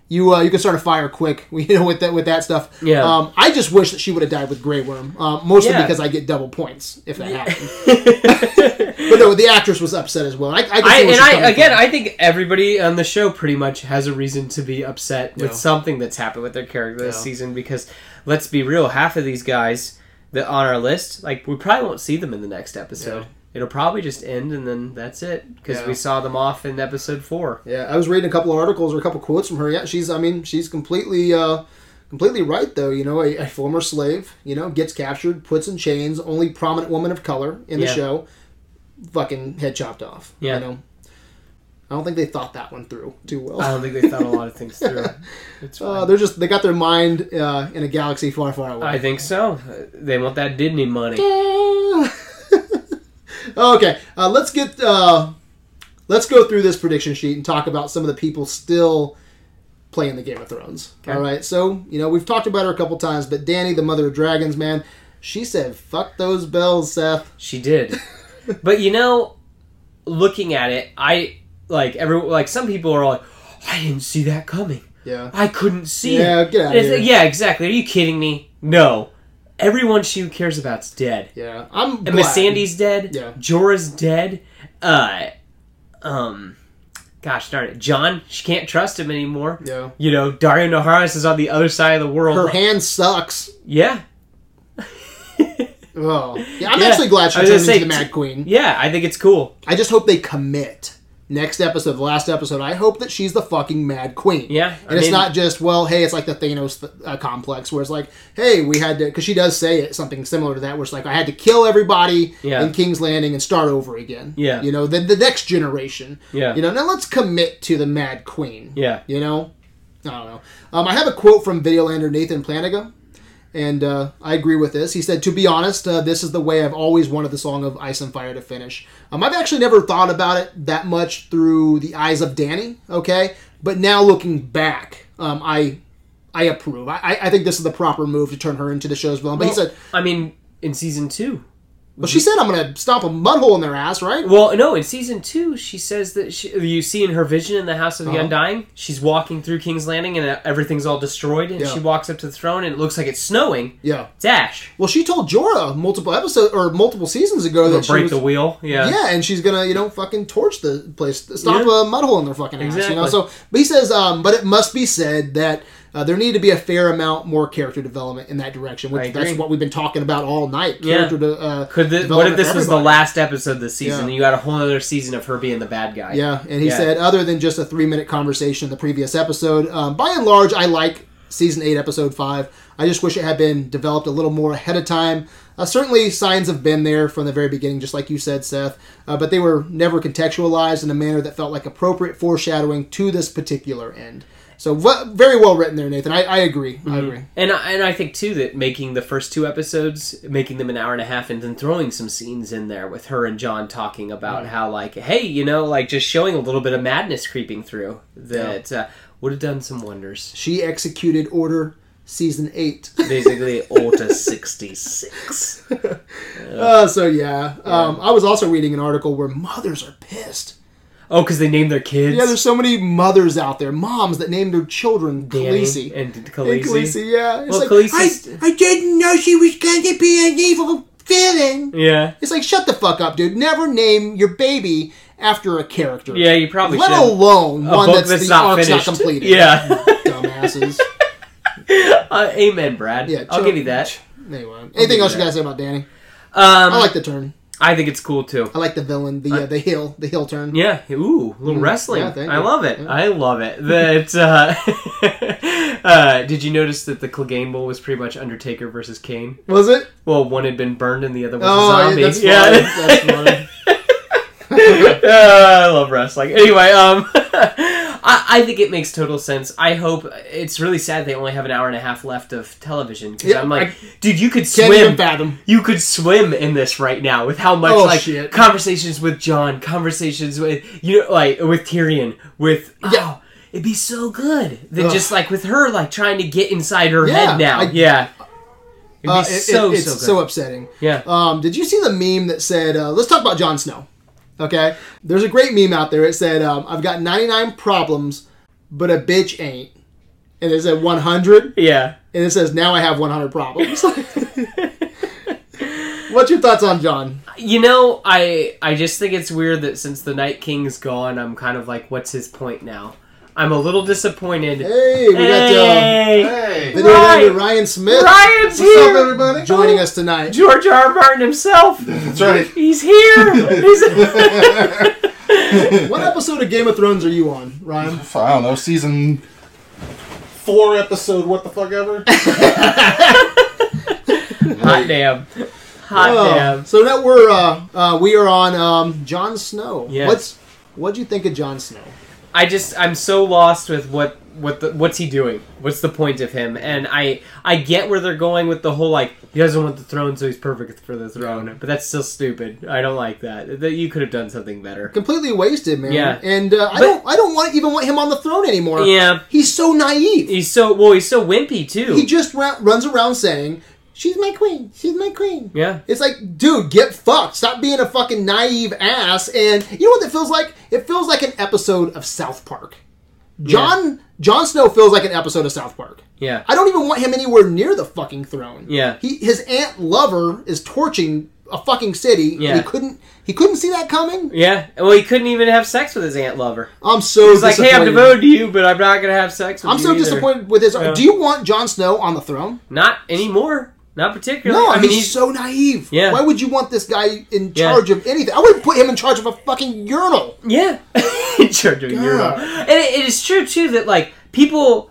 you uh, you can start a fire quick. You know with that with that stuff. Yeah. Um, I just wish that she would have died with Grey Worm, um, mostly Yeah. because I get double points if that happened. But no, the actress was upset as well. I, I, can see I, where she's and I coming again, from. I think everybody on the show pretty much has a reason to be upset Yeah. with something that's happened with their character this Yeah. season because let's be real, half of these guys that on our list, like we probably won't see them in the next episode. Yeah. It'll probably just end and then that's it because Yeah. we saw them off in episode four. yeah, I was reading a couple of articles or a couple of quotes from her. Yeah, she's I mean she's completely. Uh, Completely right, though. You know, a, a former slave, you know, gets captured, puts in chains, only prominent woman of color in the Yeah. show, fucking head chopped off. Yeah. You know, I don't think they thought that one through too well. I don't think they thought a lot of things through. It's Uh, fine. they're just they got their mind uh, in a galaxy far, far I away. think so. They want that Disney money. okay, uh, let's get uh, let's go through this prediction sheet and talk about some of the people still playing the Game of Thrones. Okay. All right, so you know we've talked about her a couple times, but Danny, the mother of dragons, man, she said, "Fuck those bells, Seth." She did. but you know, looking at it, I like every like some people are like, I didn't see that coming. Yeah, I couldn't see Yeah, it. get outta And it's here. like, yeah, exactly. Are you kidding me? No. Everyone she cares about's dead. yeah. I'm And Miss glad. Sandy's dead. Yeah. Jorah's dead. Uh um gosh darn it. John, she can't trust him anymore. Yeah, You know, Dario Naharis is on the other side of the world. her hand sucks. yeah. Oh, yeah. I'm Yeah. actually glad she I turned was gonna into say, the Mad t- Queen. Yeah, I think it's cool. I just hope they commit. Next episode, the last episode, I hope that she's the fucking Mad Queen. Yeah, I and it's mean- not just well, hey, it's like the Thanos th- uh, complex where it's like, hey, we had to because she does say it something similar to that, where it's like I had to kill everybody Yeah. in King's Landing and start over again. Yeah. you know, the the next generation. Yeah. you know, now let's commit to the Mad Queen. Yeah. you know, I don't know. Um, I have a quote from Videolander Nathan Planiga. And uh, I agree with this. He said, "To be honest, uh, this is the way I've always wanted the song of Ice and Fire to finish. Um, I've actually never thought about it that much through the eyes of Danny. Okay, but now looking back, um, I I approve. I, I- I think this is the proper move to turn her into the show's villain. But he said, I mean, in season two. "Well, she said I'm going to stomp a mud hole in their ass, right? Well, no, in season two, she says that she, you see in her vision in the House Uh-huh. of the Undying, she's walking through King's Landing and uh, everything's all destroyed, and Yeah. she walks up to the throne and it looks like it's snowing. Yeah. It's Ash. Well, she told Jorah multiple episodes or multiple seasons ago that Or she break was, the wheel. Yeah. Yeah, and she's gonna, you know, fucking torch the place, stop Yeah. a mud hole in their fucking ass, you know. Exactly. So, but he says, um, but it must be said that uh, there needed to be a fair amount more character development in that direction, I which agree. that's what we've been talking about all night. Yeah. Character de- uh, Could thi- what development if this for was the everybody. last episode this season? Yeah. And you got a whole other season of her being the bad guy. Yeah, and he Yeah. said, other than just a three minute conversation in the previous episode, um, by and large, I like season eight, episode five. I just wish it had been developed a little more ahead of time. Uh, certainly, signs have been there from the very beginning, just like you said, Seth, uh, but they were never contextualized in a manner that felt like appropriate foreshadowing to this particular end. So, v- very well written there, Nathan. I, I agree. I agree. And I, and I think too that making the first two episodes, making them an hour and a half, and then throwing some scenes in there with her and John talking about how like, hey, you know, like just showing a little bit of madness creeping through that uh, would have done some wonders. She executed order season eight. Basically, Alta sixty six. uh, so, yeah. Um, I was also reading an article where mothers are pissed. Oh, because they named their kids. Yeah, there's so many mothers out there, moms that name their children Danny Khaleesi. and And Khaleesi. Khaleesi, yeah. It's Well, like, Khaleesi's- I, I didn't know she was going to be an evil villain. Yeah, It's like, shut the fuck up, dude. Never name your baby after a character. yeah, you probably Let should. alone A one book that's, that's the not arc's finished. not completed. Yeah. Dumbasses. Uh, amen, Brad. Yeah, I'll chill. give you that. Anyway, anything else you that. guys say about Danny? Um, I like the turn. I think it's cool too. I like the villain, the uh, the hill, the hill turn. Mm. Yeah. Ooh, a little wrestling. Yeah, thank I you. love it. Yeah. I love it. That uh, Uh, did you notice that the Clegane Bowl was pretty much Undertaker versus Kane? Was it? Well, one had been burned and the other was a Oh, zombie. yeah, that's yeah. funny. That's funny. Uh, I love wrestling. Anyway, um, I, I think it makes total sense. I hope it's really sad they only have an hour and a half left of television because Yeah, I'm like, I dude, you could Can't even swim. fathom. You could swim in this right now with how much Oh, like shit. conversations with John, conversations with you know, like with Tyrion, with Yeah. oh, it'd be so good. Than Ugh. just like with her, like trying to get inside her Yeah, head now. I- yeah, it'd be Uh, it- it- so it's so so, good. upsetting. yeah, Um, did you see the meme that said, uh, let's talk about Jon Snow? Okay. There's a great meme out there. It said, um, I've got 99 problems, but a bitch ain't. And it said 100. yeah. And it says, now I have 100 problems. What's your thoughts on John? You know, I I just think it's weird that since the Night King's gone, I'm kind of like, what's his point now? I'm a little disappointed. Hey, we Hey! got uh, Hey, video Ryan. Ryan. Ryan Smith Ryan's what's up, here. everybody? joining us tonight. George R. R. Martin himself. That's right. He's here. He's What episode of Game of Thrones are you on, Ryan? I don't know. Season four, episode what the fuck ever. hot damn. Hot Oh, damn. So now we're uh, uh, we are on um, Jon Snow. Yes. What's what'd you think of Jon Snow? I just I'm so lost with what what the, what's he doing? What's the point of him? And I I get where they're going with the whole like he doesn't want the throne, so he's perfect for the throne. But that's still stupid. I don't like that. That you could have done something better. Completely wasted, man. Yeah. And uh, I But- don't I don't want even want him on the throne anymore. Yeah. He's so naive. He's so well. He's so wimpy too. He just ra- runs around saying, "She's my queen. She's my queen." yeah. It's like, dude, get fucked. Stop being a fucking naive ass. And you know what that feels like? It feels like an episode of South Park. John Jon Snow feels like an episode of South Park. Yeah. I don't even want him anywhere near the fucking throne. Yeah. He his aunt lover is torching a fucking city. and Yeah. he couldn't he couldn't see that coming. yeah. Well, he couldn't even have sex with his aunt lover. I'm so He's like, "Hey, I'm disappointed. devoted to you, but I'm not gonna have sex with I'm you." so either." disappointed with his. Yeah. Do you want Jon Snow on the throne? Not anymore. Not particularly. No, I mean he's, so naive. Yeah. Why would you want this guy in Yeah. charge of anything? I would put him in charge of a fucking urinal. Yeah, sure, dude, you're God. wrong. And it, it is true too that like people,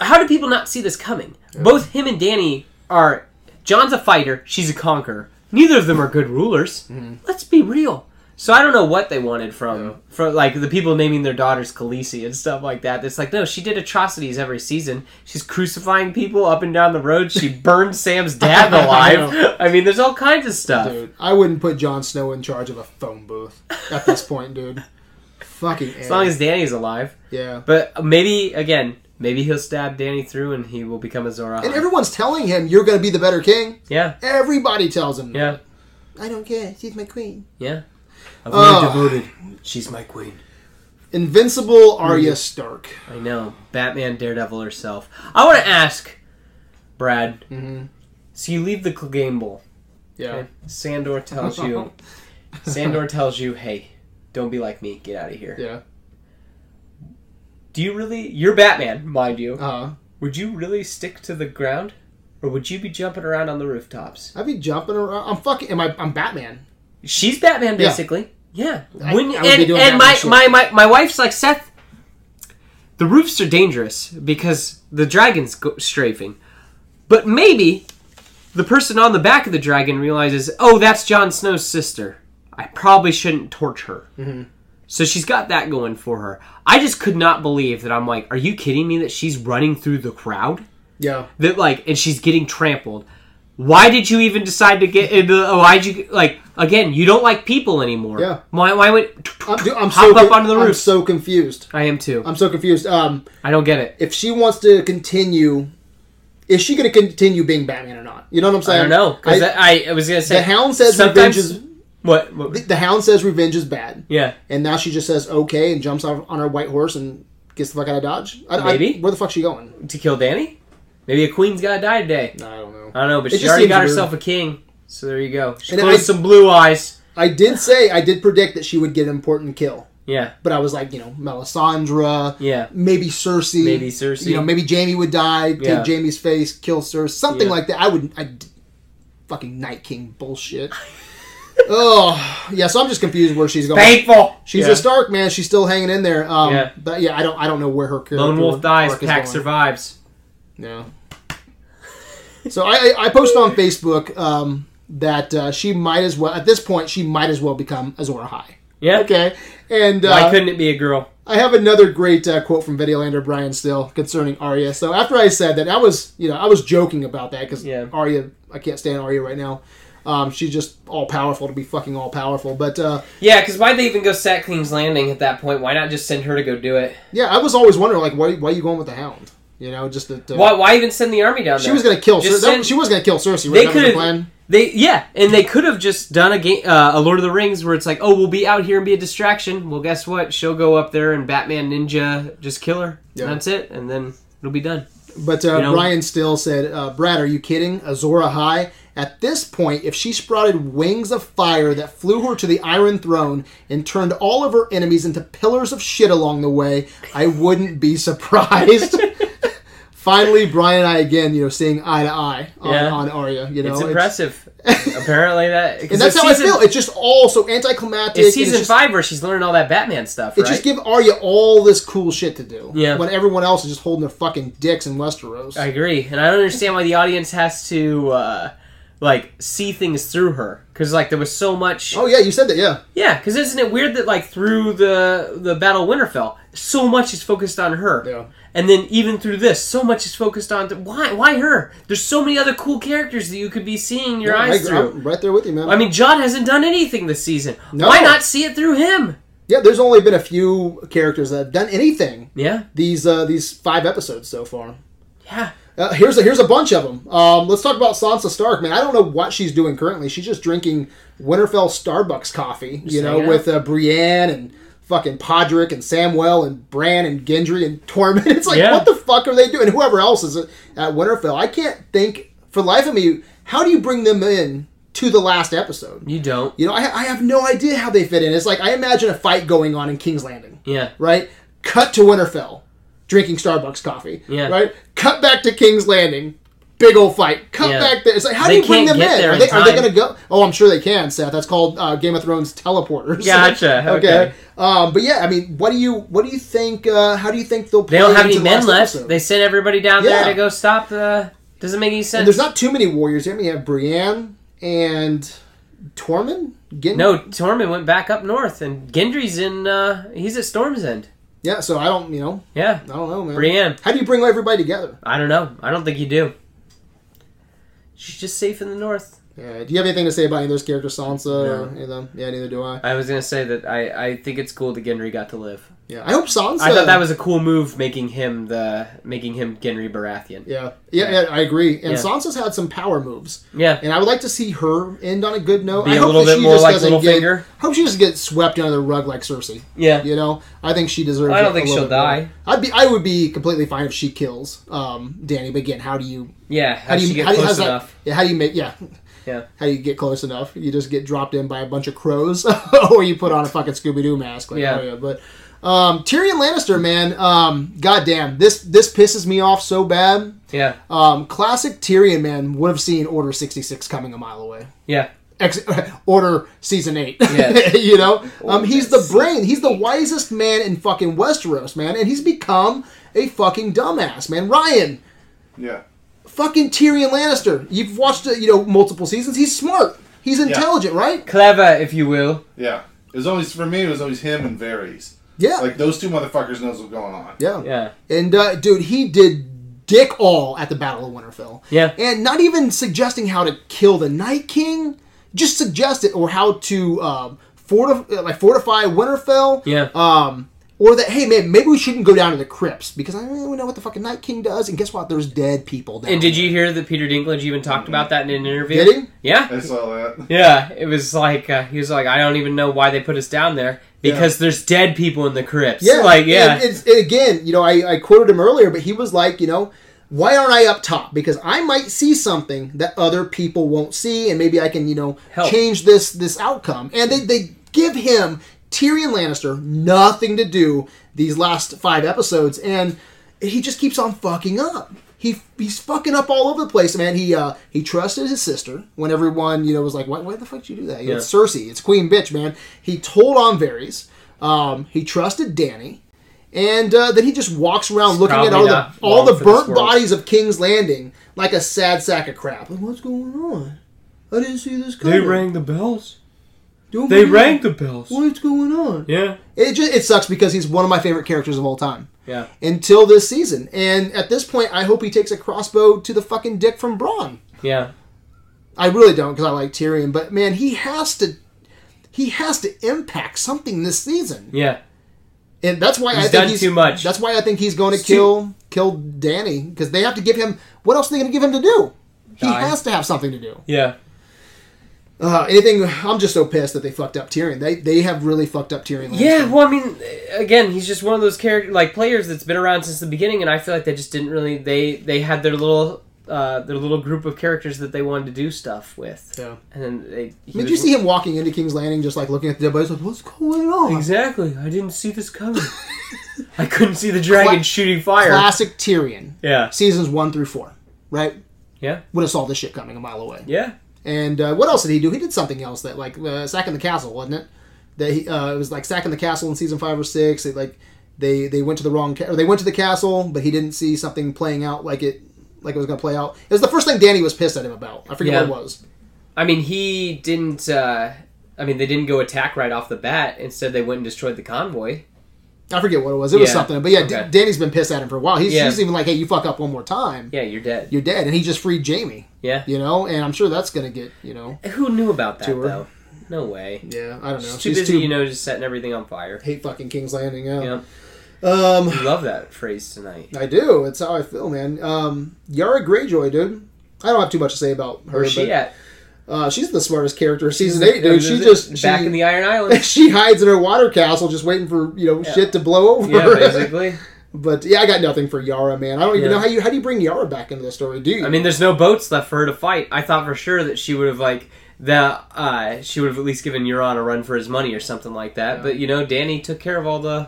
how do people not see this coming? Both him and Danny are. John's a fighter. She's a conqueror. Neither of them are good rulers. Let's be real. So I don't know what they wanted from from like the people naming their daughters Khaleesi and stuff like that. It's like no, she did atrocities every season. She's crucifying people up and down the road. She burned Sam's dad alive. I mean, there's all kinds of stuff. Dude, I wouldn't put Jon Snow in charge of a phone booth at this point, dude. Fucking As long as Danny's alive. yeah. But maybe again, maybe he'll stab Danny through and he will become a Zora. And everyone's telling him you're going to be the better king. yeah, Everybody tells him. yeah, I don't care. She's my queen. yeah. I've Oh. devoted. She's my queen. Invincible Mm-hmm. Arya Stark. I know. Batman, Daredevil herself. I want to ask, Brad. Mhm. So you leave the Clegane Bowl. Yeah. okay? Sandor tells you. Sandor tells you, hey, don't be like me. Get out of here. Yeah. Do you really? You're Batman, mind you. Uh, Would you really stick to the ground, or would you be jumping around on the rooftops? I'd be jumping around. I'm fucking. Am I? I'm Batman. She's Batman, Yeah. basically. Yeah. I- When- I would be and doing and my, Batman my, my, my wife's like, Seth, the roofs are dangerous because the dragon's go- strafing. But maybe the person on the back of the dragon realizes, oh, that's Jon Snow's sister. I probably shouldn't torch her. Mm-hmm. So she's got that going for her. I just could not believe that I'm like, are you kidding me that she's running through the crowd? Yeah. that like and she's getting trampled why did you even decide to get into why'd you like again you don't like people anymore Yeah. why why would I'm, dude, I'm hop so. up con- onto the I'm roof so confused. i am too I'm so confused. Um, i don't get it if she wants to continue, is she going to continue being Batman or not? You know what I'm i saying? don't know I- because I, I was gonna say the Hound says sometimes- revenge is. what, what- The Hound says revenge is bad, yeah and now she just says okay and jumps off on her white horse and gets the fuck out of Dodge. I, I- Maybe. where the fuck's she going? to kill danny maybe a queen's gotta die today I don't know. i don't know but It she just already seems got weird. herself a king so there you go she And closed I- some blue eyes I did say I did predict that she would get an important kill. yeah But I was like, you know, Melisandre, yeah maybe Cersei, Maybe Cersei. You know, maybe Jamie would die, Yeah. take Jamie's face, kill Cersei, something Yeah. like that. I would, I fucking Night King bullshit. oh, yeah. So I'm just confused where she's going. Faithful. She's yeah. a Stark, man. She's still hanging in there. Um, Yeah. But yeah, I don't, I don't know where her character Lone Wolf dies. arc is Pack going. survives. Yeah. So I, I I posted on Facebook um, that uh, she might as well at this point she might as well become Azora High. Yeah. Okay, and uh, Why couldn't it be a girl? I have another great uh, quote from Videolander Brian Still concerning Arya. So after I said that, I was you know I was joking about that because Yeah. Arya I can't stand Arya right now. Um, she's just all powerful to be fucking all powerful. But uh, Yeah, because why'd they even go sack King's Landing at that point? Why not just send her to go do it? yeah, I was always wondering like why why are you going with the Hound? You know, just that uh, Why, why even send the army down there? she was gonna kill. Cer- Just that, send- she was gonna kill Cersei. Right? That They was the could've- plan. They yeah, and they could have just done a game, uh, a Lord of the Rings, where it's like, oh, we'll be out here and be a distraction. Well, guess what? She'll go up there and Batman Ninja just kill her. Yeah. And that's it, and then it'll be done. But uh, You know- Brian Still said, uh, "Brad, are you kidding? Azora High." At this point, if she sprouted wings of fire that flew her to the Iron Throne and turned all of her enemies into pillars of shit along the way, I wouldn't be surprised. Finally, Brian and I again, you know, seeing eye to eye on, Yeah. on Arya. You know, it's impressive. Apparently that and that's how season, I feel. It's just all so anticlimactic. It's and season it's just, five where she's learning all that Batman stuff, It right? just give Arya all this cool shit to do. Yeah. When everyone else is just holding their fucking dicks in Westeros. I agree, and I don't understand why the audience has to uh, like see things through her because like there was so much. oh yeah, you said that. Yeah. Yeah, because isn't it weird that like through the the Battle of Winterfell, so much is focused on her. Yeah. And then even through this, so much is focused on why why her? There's so many other cool characters that you could be seeing your Yeah, I eyes agree. through. I'm right there with you, man. I mean, John hasn't done anything this season. No. Why not see it through him? yeah, there's only been a few characters that have done anything Yeah, these uh, these five episodes so far. yeah. Uh, here's a, here's a bunch of them. Um, let's talk about Sansa Stark, man. I don't know what she's doing currently. She's just drinking Winterfell Starbucks coffee, you know, hanging with uh, Brienne and fucking Podrick and Samwell and Bran and Gendry and Tormund. It's like, Yeah. what the fuck are they doing? Whoever else is at at Winterfell, I can't think for the life of me. How do you bring them in to the last episode? You don't. You know, I, I have no idea how they fit in. It's like I imagine a fight going on in King's Landing, Yeah, right? Cut to Winterfell, drinking Starbucks coffee, Yeah. right? Cut back to King's Landing, big old fight. Cut Yeah. back there. It's like how They do you bring can't them get in? there Are in they are they time. going to go? Oh, I'm sure they can, Seth. That's called uh, Game of Thrones teleporters. Gotcha. Okay. Um, but yeah, I mean, what do you what do you think? Uh, how do you think they'll? Play they don't have into any the men last left. episode? They sent everybody down Yeah. there to go stop the. Doesn't make any And sense. there's not too many warriors. I mean, you have Brienne and Tormund. Getting, no, Tormund went back up north, and Gendry's in. Uh, he's at Storm's End. Yeah. So I don't. You know. Yeah, I don't know, man. Brienne. How do you bring everybody together? I don't know. I don't think you do. She's just safe in the north. Yeah. Do you have anything to say about any of those characters, Sansa or any of them? Yeah, neither do I. I was gonna say that I, I think it's cool that Gendry got to live. Yeah, I hope Sansa. I thought that was a cool move, making him the making him Gendry Baratheon. Yeah, Yeah, yeah, yeah, I agree. And Yeah. Sansa's had some power moves, and I would like to see her end on a good note. be I a hope little that bit she more just like doesn't get. Littlefinger. I hope she doesn't get swept under the rug like Cersei. Yeah, You know, I think she deserves. I don't a think little she'll bit more. die. I'd be, I would be completely fine if she kills um, Danny. But again, how do you, yeah. how How do did you, she get how do you, close how's that- enough? yeah, how do you make, yeah, Yeah. how do you get close enough? You just get dropped in by a bunch of crows, or you put on a fucking Scooby Doo mask. Like, Yeah. oh, But um, Tyrion Lannister, man, um, goddamn, this this pisses me off so bad. Yeah, Um, classic Tyrion, man, would have seen Order sixty six coming a mile away. yeah. Ex- Order season eight. Yeah. you know, um, he's the brain. He's the wisest man in fucking Westeros, man, and he's become a fucking dumbass, man. Ryan, Yeah. fucking Tyrion Lannister. You've watched uh, you know multiple seasons. He's smart. He's intelligent, right? Clever, if you will. Yeah. It was always for me. It was always him and Varys. Yeah. Like those two motherfuckers knows what's going on. yeah. Yeah, And uh, dude, he did dick all at the Battle of Winterfell. yeah. and not even suggesting how to kill the Night King, just suggest it or how to um, fortify, like fortify Winterfell. Yeah. Um, or that hey man, maybe we shouldn't go down to the crypts because I don't really know what the fucking Night King does. And guess what? There's dead people. Down And did there. you hear that Peter Dinklage even talked about that in an interview? Did he? Yeah. I saw that. Yeah, it was like uh, he was like, I don't even know why they put us down there because there's dead people in the crypts. Yeah. like yeah, And it's, and again, you know, I, I quoted him earlier, but he was like, you know. Why aren't I up top? Because I might see something that other people won't see, and maybe I can, you know, Help. change this this outcome. And they, they give him Tyrion Lannister nothing to do these last five episodes, and he just keeps on fucking up. he he's fucking up all over the place, man. He uh, he trusted his sister when everyone you know was like, why, why the fuck did you do that? You know, Yeah. It's Cersei, it's Queen Bitch, man. He told on Varys. Um, he trusted Danny, and uh, then he just walks around looking at probably all the not all long the for this burnt world. bodies of King's Landing like a sad sack of crap. Like, what's going on? I didn't see this coming. They rang the bells. Don't They we- rang the bells. What's going on? Yeah. It just, it sucks because he's one of my favorite characters of all time Yeah. until this season. And at this point, I hope he takes a crossbow to the fucking dick from Braun. Yeah. I really don't because I like Tyrion, but man, he has to. He has to impact something this season, Yeah. and that's why I He's think done he's too much. That's why I think he's going to It's too- kill kill Danny because they have to give him. What else are they going to give him to do? Die. He has to have something to do. Yeah. Uh, anything? I'm just so pissed that they fucked up Tyrion. They they have really fucked up Tyrion. Yeah, Lannister. well, I mean, again, he's just one of those character like players that's been around since the beginning, and I feel like they just didn't really they they had their little uh, their little group of characters that they wanted to do stuff with, Yeah. and then they. he Did was- you see him walking into King's Landing, just like looking at the dead bodies, like, what's going on? Exactly, I didn't see this coming. I couldn't see the dragon Cla- shooting fire. Classic Tyrion. Yeah, seasons one through four, right? Yeah. Would have saw this shit coming a mile away. yeah, And uh, what else did he do? He did something else that, like, uh, sacking the castle, wasn't it? That he, uh, it was like sacking the castle in season five or six. It, like they they went to the wrong ca- or they went to the castle, but he didn't see something playing out like it like it was going to play out. It was the first thing Danny was pissed at him about. I forget Yeah. what it was. I mean, he didn't. Uh, I mean, they didn't go attack right off the bat. Instead, they went and destroyed the convoy. I forget what it was. It was Yeah. something. But yeah, Okay. D- Danny's been pissed at him for a while. He's, Yeah. he's even like, hey, you fuck up one more time, Yeah, you're dead. you're dead. And he just freed Jamie, Yeah, you know. And I'm sure that's going to get you know. who knew about that Tour. though? No way. Yeah, I don't know. She's too busy, you know, just setting everything on fire. hate fucking King's Landing. Yeah. Yeah. Um, You love that phrase tonight. I do. It's how I feel, man. Um, Yara Greyjoy, dude. I don't have too much to say about her. Where's she but, at? Uh, she's the smartest character of season eight, dude. She Is it just she, back in the Iron Islands. she hides in her water castle, just waiting for you know Yeah. shit to blow over. yeah, basically. but yeah, I got nothing for Yara, man. I don't even Yeah. know how you how do you bring Yara back into the story, do you? I mean, there's no boats left for her to fight. I thought for sure that she would have like the uh, she would have at least given Euron a run for his money or something like that. Yeah. But you know, Danny took care of all the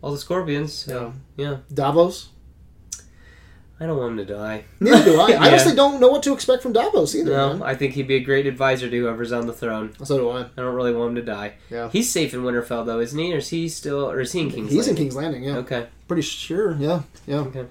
all the scorpions. Yeah. So yeah, Davos. I don't want him to die. Neither do I. I Yeah. honestly don't know what to expect from Davos either. No, man. I think he'd be a great advisor to whoever's on the throne. So do I. I don't really want him to die. Yeah. He's safe in Winterfell though, isn't he? Or is he still? Or is he in King's? He's in Landing? King's Landing. Yeah, Okay. pretty sure. Yeah, yeah. Okay.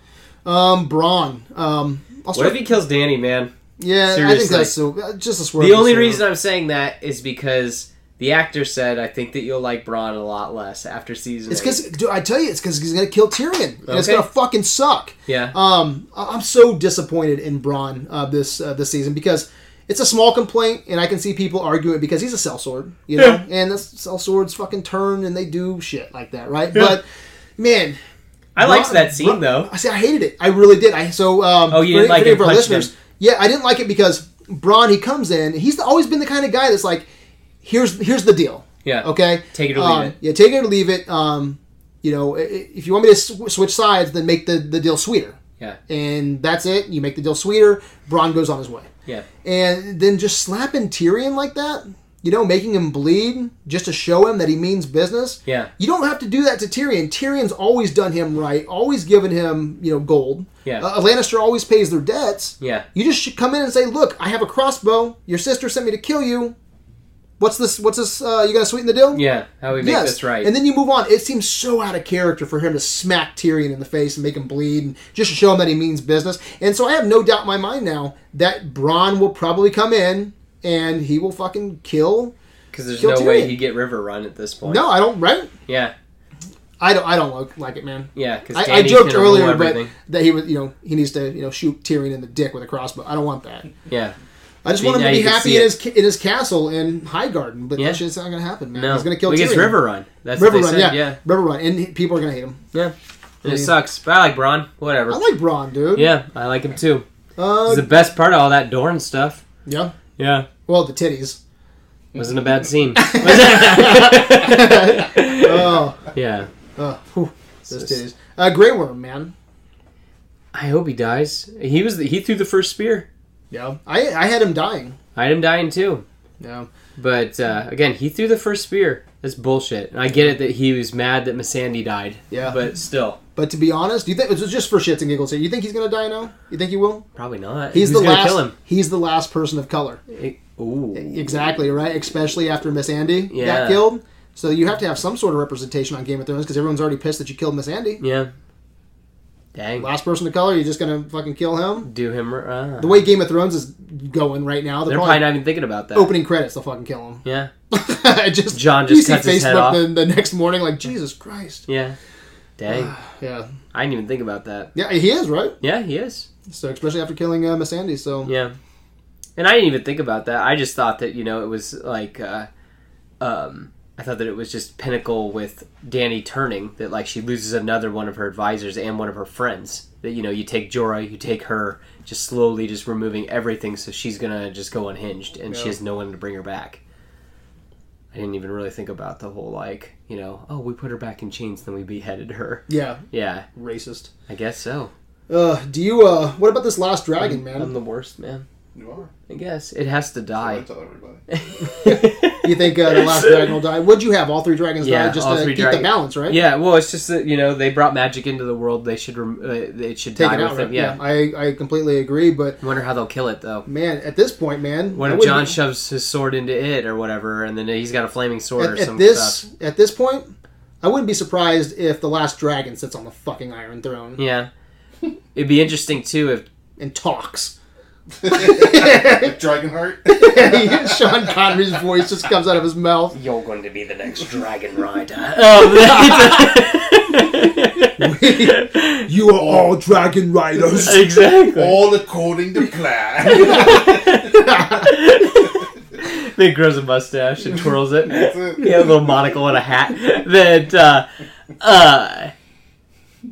Um, Braun. Um, I'll What start if he kills Danny, man? Yeah, I think Seriously. that's so, uh, just a swerve. The and only swerve. reason I'm saying that is because the actor said, "I think that you'll like Braun a lot less after season." it's eight." because I tell you, it's because he's gonna kill Tyrion, and it's Okay. gonna fucking suck. yeah, Um, I- I'm so disappointed in Braun uh, this uh, this season because it's a small complaint, and I can see people argue it because he's a cell sword, you know, Yeah. and the cell swords fucking turn and they do shit like that, right? But man, I liked Braun- that scene Braun- though. I see, I hated it. I really did. I so. Um, Oh, you for didn't like for him any of our punching listeners. Yeah, I didn't like it because Braun he comes in. He's the- always been the kind of guy that's like, here's here's the deal. Yeah. Okay. Take it or Um, leave it. Yeah, take it or leave it. Um, you know, i- i- if you want me to sw- switch sides, then make the, the deal sweeter. Yeah. And that's it. You make the deal sweeter. Braun goes on his way. Yeah. And then just slapping Tyrion like that, you know, making him bleed just to show him that he means business. Yeah. You don't have to do that to Tyrion. Tyrion's always done him right, always given him, you know, gold. Yeah. Uh, a Lannister always pays their debts. Yeah. You just should come in and say, "Look, I have a crossbow. Your sister sent me to kill you. What's this? What's this? Uh, you gonna sweeten the deal?" Yeah. How we make this right. And then you move on. It seems so out of character for him to smack Tyrion in the face and make him bleed, and just to show him that he means business. And so I have no doubt in my mind now that Braun will probably come in and he will fucking kill. Because there's kill no way Tyrion. he'd get River Run at this point. No, I don't. Right? Yeah. I don't. I don't like- like it, man. Yeah. Because I, I joked earlier, but that he was, you know, he needs to, you know, shoot Tyrion in the dick with a crossbow. I don't want that. yeah. I just See, want him now to be you can happy see in it. his ca- in his castle in Highgarden, but Yeah. that shit's not gonna happen, man. No. He's gonna kill Well, he Tyrion. gets River Run. That's River what they Run, said. yeah. Yeah. River Run, and he- people are gonna hate him. Yeah. And it Yeah. sucks, but I like Braun. Whatever. I like Braun, dude. yeah, I like him too. Uh, He's the best part of all that Dorne stuff. yeah. Yeah. Well, the titties. Wasn't a bad scene. oh, yeah. oh, whew, those titties. Uh, Grey Worm, man. I hope he dies. He was the, he threw the first spear. Yeah. I I had him dying. I had him dying too. Yeah. But uh, again, he threw the first spear. That's bullshit. And I get it that he was mad that Missandei died. Yeah. But still, But to be honest, do you think it's just for shits and giggles here? You think he's gonna die now? You think he will? probably not. He's Who's the gonna last. kill him. He's the last person of color. It- ooh. Exactly right. Especially after Miss Andy got Yeah. killed. So you have to have some sort of representation on Game of Thrones because everyone's already pissed that you killed Miss Andy. Yeah. Dang. Last person of color, you're just gonna fucking kill him. Do him. Uh, The way Game of Thrones is going right now, they're, they're probably, probably not even thinking about that. opening credits. They'll fucking kill him. Yeah. I just Jon you just see cuts his head Facebook off. the, the next morning, like Jesus Christ. Yeah. Dang. Yeah, I didn't even think about that. yeah, he is right. Yeah, he is. So especially after killing uh, Miss Andy, so Yeah. And I didn't even think about that. I just thought that, you know, it was like uh um I thought that it was just pinnacle with Danny turning that like she loses another one of her advisors and one of her friends. That you know, you take Jorah, you take her, just slowly just removing everything so she's going to just go unhinged and Yeah. she has no one to bring her back. I didn't even really think about the whole like, you know, oh, we put her back in chains then we beheaded her. yeah, Yeah, racist. I guess so. Uh, do you? Uh, what about this Last Dragon, I'm man? the worst, man. You are. I guess it has to I die. tell everybody. You think uh, the Last Dragon will die? Would you have all three dragons Yeah, die just all to three keep the dragon- balance, right? Yeah, well, it's just that you know they brought magic into the world. They should rem- uh, it should take die it out. with Right? them. Yeah. I I completely agree, but I wonder how they'll kill it though. man, at this point, man, What I if wouldn't John be- shoves his sword into it or whatever, and then he's got a flaming sword or at, some at this stuff? at this point, I wouldn't be surprised if the Last Dragon sits on the fucking Iron Throne Yeah, it'd be interesting too if and talks. Dragonheart. Sean Connery's voice just comes out of his mouth. you're going to be the next dragon rider. oh, that's- You are all dragon riders. exactly. All according to plan. Then grows a mustache and twirls it. That's it. yeah, a little monocle and a hat. That uh, uh,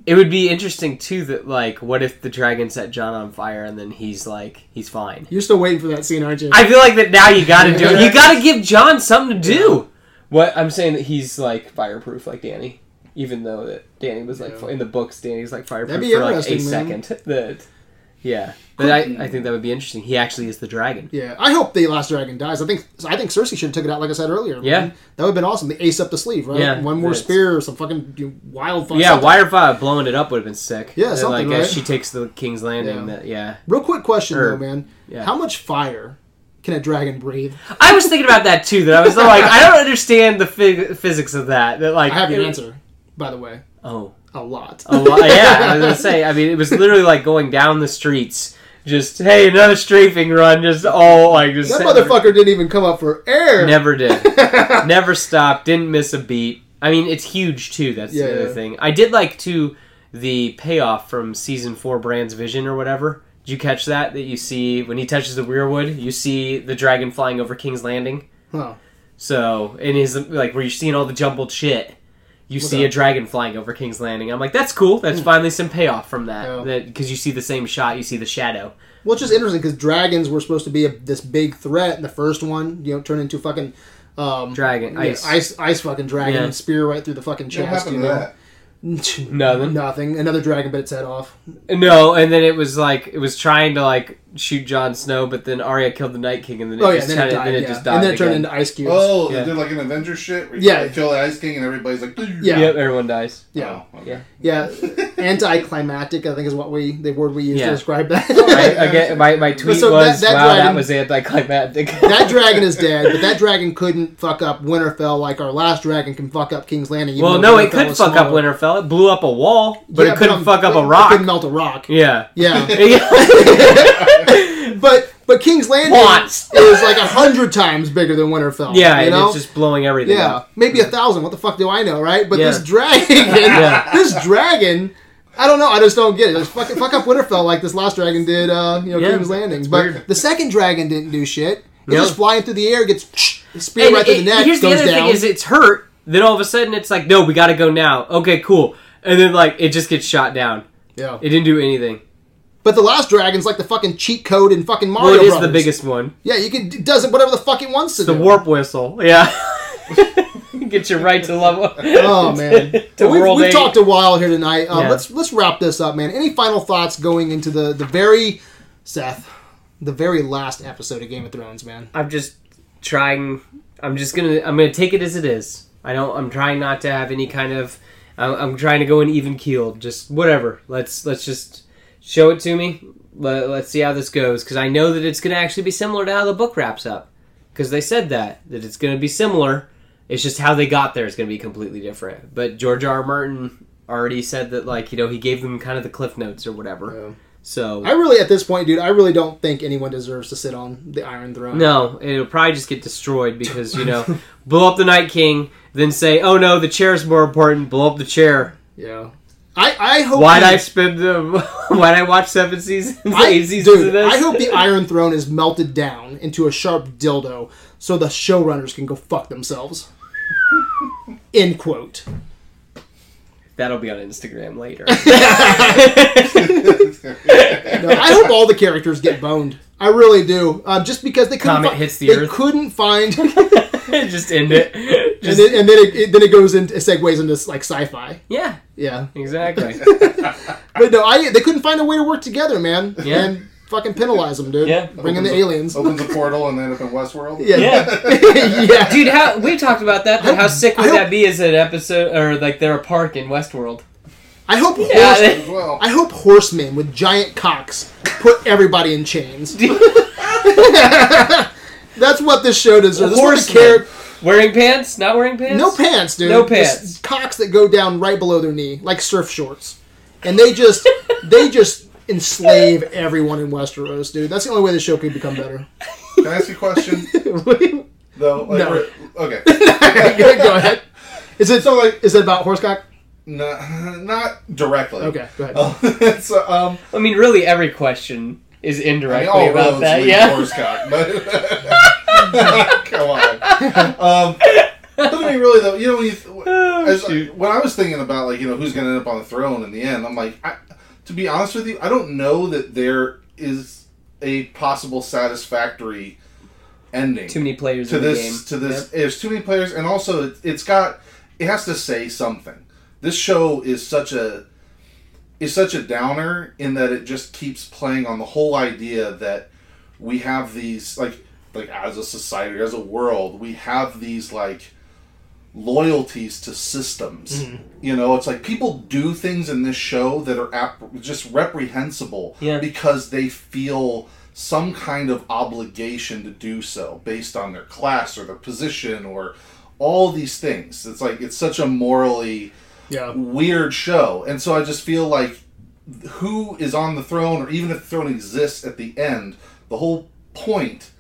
it would be interesting too. That like, what if the dragon set John on fire and then he's like, he's fine. You're still waiting for that scene, aren't you? I feel like that now you got to do it. You got to give John something to do. What I'm saying that he's like fireproof, like Danny. Even though that Danny was like Yeah. in the books, Danny's like That'd fireproof be for like a interesting, man. second. That yeah, but I, I think that would be interesting. He actually is the dragon. yeah, I hope the Last Dragon dies. I think I think Cersei should have took it out, like I said earlier. man. Yeah. that would have been awesome. The ace up the sleeve, right? Yeah, one more that's- spear or some fucking you know, wild. Fuck Yeah, something. Wirefire blowing it up would have been sick. Yeah, That, something, like right? as she takes the King's Landing. Yeah. That yeah, Real quick question Or- though, man. Er, yeah. How much fire can a dragon breathe? I was thinking about that too. That I was like, I don't understand the phy- physics of that. That like, I have your it- answer, by the way. Oh, A lot. oh well, yeah. I was gonna say. I mean, it was literally like going down the streets. Just hey, another strafing run. Just all like just that sitting there. motherfucker didn't even come up for air. Never did. Never stopped. Didn't miss a beat. I mean, it's huge too. That's Yeah, the other yeah. thing. I did like to the payoff from season four, Brand's vision or whatever. Did you catch that? That you see when he touches the weirwood, you see the dragon flying over King's Landing. Huh. So in his like where you're seeing all the jumbled shit, you see that? a dragon flying over King's Landing. I'm like, that's cool. That's finally some payoff from Hmm. Yeah. that. That because you see the same shot, you see the shadow. Well, it's just interesting because dragons were supposed to be a, this big threat. And the first one, you know, turned into fucking um, Dragon, yeah, ice. ice, ice, fucking dragon, Yeah. and spear right through the fucking What chest. happened You to know, that? Nothing. nothing. Another dragon bit its head off. No, and then it was like it was trying to like shoot Jon Snow, but then Arya killed the Night King, and then it, Oh yeah, just, and then it died. then it yeah. just died. and then it again. turned into ice cubes. Oh, Yeah. they did like an Avengers shit. Where Yeah. yeah. They kill the Ice King and everybody's like. Yeah. Yep, everyone dies. Yeah, Oh, okay. Yeah. yeah. Anticlimactic, I think, is what we the word we use to Yeah. describe that. Right? Again, my, my tweet so that- was that wow, dragon- that was anticlimactic. that dragon is dead, but that dragon couldn't fuck up Winterfell like our last dragon can fuck up King's Landing. even well, though no, it Winterfell could was fuck up smaller. Winterfell. It blew up a wall, but Yeah, it couldn't um, fuck up but a It couldn't rock. melt a rock. Yeah. Yeah, yeah. but but King's Landing Lots. is like a hundred times bigger than Winterfell. you and know. it's just blowing everything yeah, up. maybe a thousand. What the fuck do I know, right? But Yeah. this dragon, Yeah. this dragon, I don't know. I just don't get it. Just fuck, fuck up Winterfell like this last dragon did. Uh, you know, Yeah. King's Landing. It's But weird. the second dragon didn't do shit. It's Yeah. just flying through the air, gets spear And right through the it- neck, here's the goes other down. thing is it's hurt, then all of a sudden it's like, no, we gotta go now. Okay, cool. And then like it just gets shot down. yeah. It didn't do anything. But the last dragon's like the fucking cheat code in fucking Mario. Well, it is Brothers. the biggest one. Yeah, you can it does it whatever the fuck it wants to The do. warp whistle. Yeah. Get your right to level. Oh man, to we've, world we've eight. talked a while here tonight. Um, Yeah. Let's let's wrap this up, man. Any final thoughts going into the the very Seth, the very last episode of Game of Thrones, man? I'm just trying. I'm just gonna. I'm gonna take it as it is. I don't. I'm trying not to have any kind of. I'm, I'm trying to go in even keeled. Just whatever. Let's let's just show it to me. Let, let's see how this goes because I know that it's going to actually be similar to how the book wraps up because they said that that it's going to be similar. It's just how they got there is going to be completely different. But George R. R. Martin already said that like you know he gave them kind of the cliff notes or whatever. Yeah. So I really, at this point, dude, I really don't think anyone deserves to sit on the Iron Throne. No, it'll probably just get destroyed because you know, blow up the Night King, then say, "Oh no, the chair's more important." Blow up the chair. Yeah. I, I hope. Why'd the- I spend the? Why'd I watch seven seasons, I, eight seasons dude, of this? I hope the Iron Throne is melted down into a sharp dildo so the showrunners can go fuck themselves. End quote. that'll be on Instagram later. No, I hope all the characters get boned. I really do. Um, just because they couldn't Comet fi- hits the they earth. couldn't find, and just end it. Just, then, and then it, it- then it goes into it segues into like sci-fi. yeah, Yeah, exactly. but no, I they couldn't find a way to work together, man. Yeah. And fucking penalize them, dude. Yeah. Bring in the aliens. Opens a portal and then up in Westworld. Yeah, yeah. Dude, how we talked about that. That how sick I would hope- that be as an episode or like they're a park in Westworld? I hope Yeah, horse, they- As well. I hope horsemen with giant cocks put everybody in chains. That's what this show deserves. That's what the Horsemen. character. Wearing pants? Not wearing pants? No pants, dude. No Just pants. cocks that go down right below their knee, like surf shorts, and they just they just enslave everyone in Westeros, dude. That's the only way the show could become better. Can I ask you a question? go Though, like, No. we're- okay, ahead. Is it so like? Is it about horsecock? no, not directly. Okay, go ahead. Oh, so, um, I mean, really, every question is I mean, indirectly all about roads that. lead Yeah. to horsecock, but come on. Um, but I mean, really though, you know, when, you, Oh, as, shoot. when I was thinking about like you know who's going to end up on the throne in the end, I'm like, I, to be honest with you, I don't know that there is a possible satisfactory ending Too many players to in the this to game. this there's too many players and also it, it's got it has to say something this show is such a is such a downer in that it just keeps playing on the whole idea that we have these like like as a society as a world we have these like loyalties to systems you know it's like people do things in this show that are ap- just reprehensible Yeah. because they feel some kind of obligation to do so based on their class or their position or all these things it's like it's such a morally Yeah. weird show. And so I just feel like who is on the throne, or even if the throne exists at the end, the whole point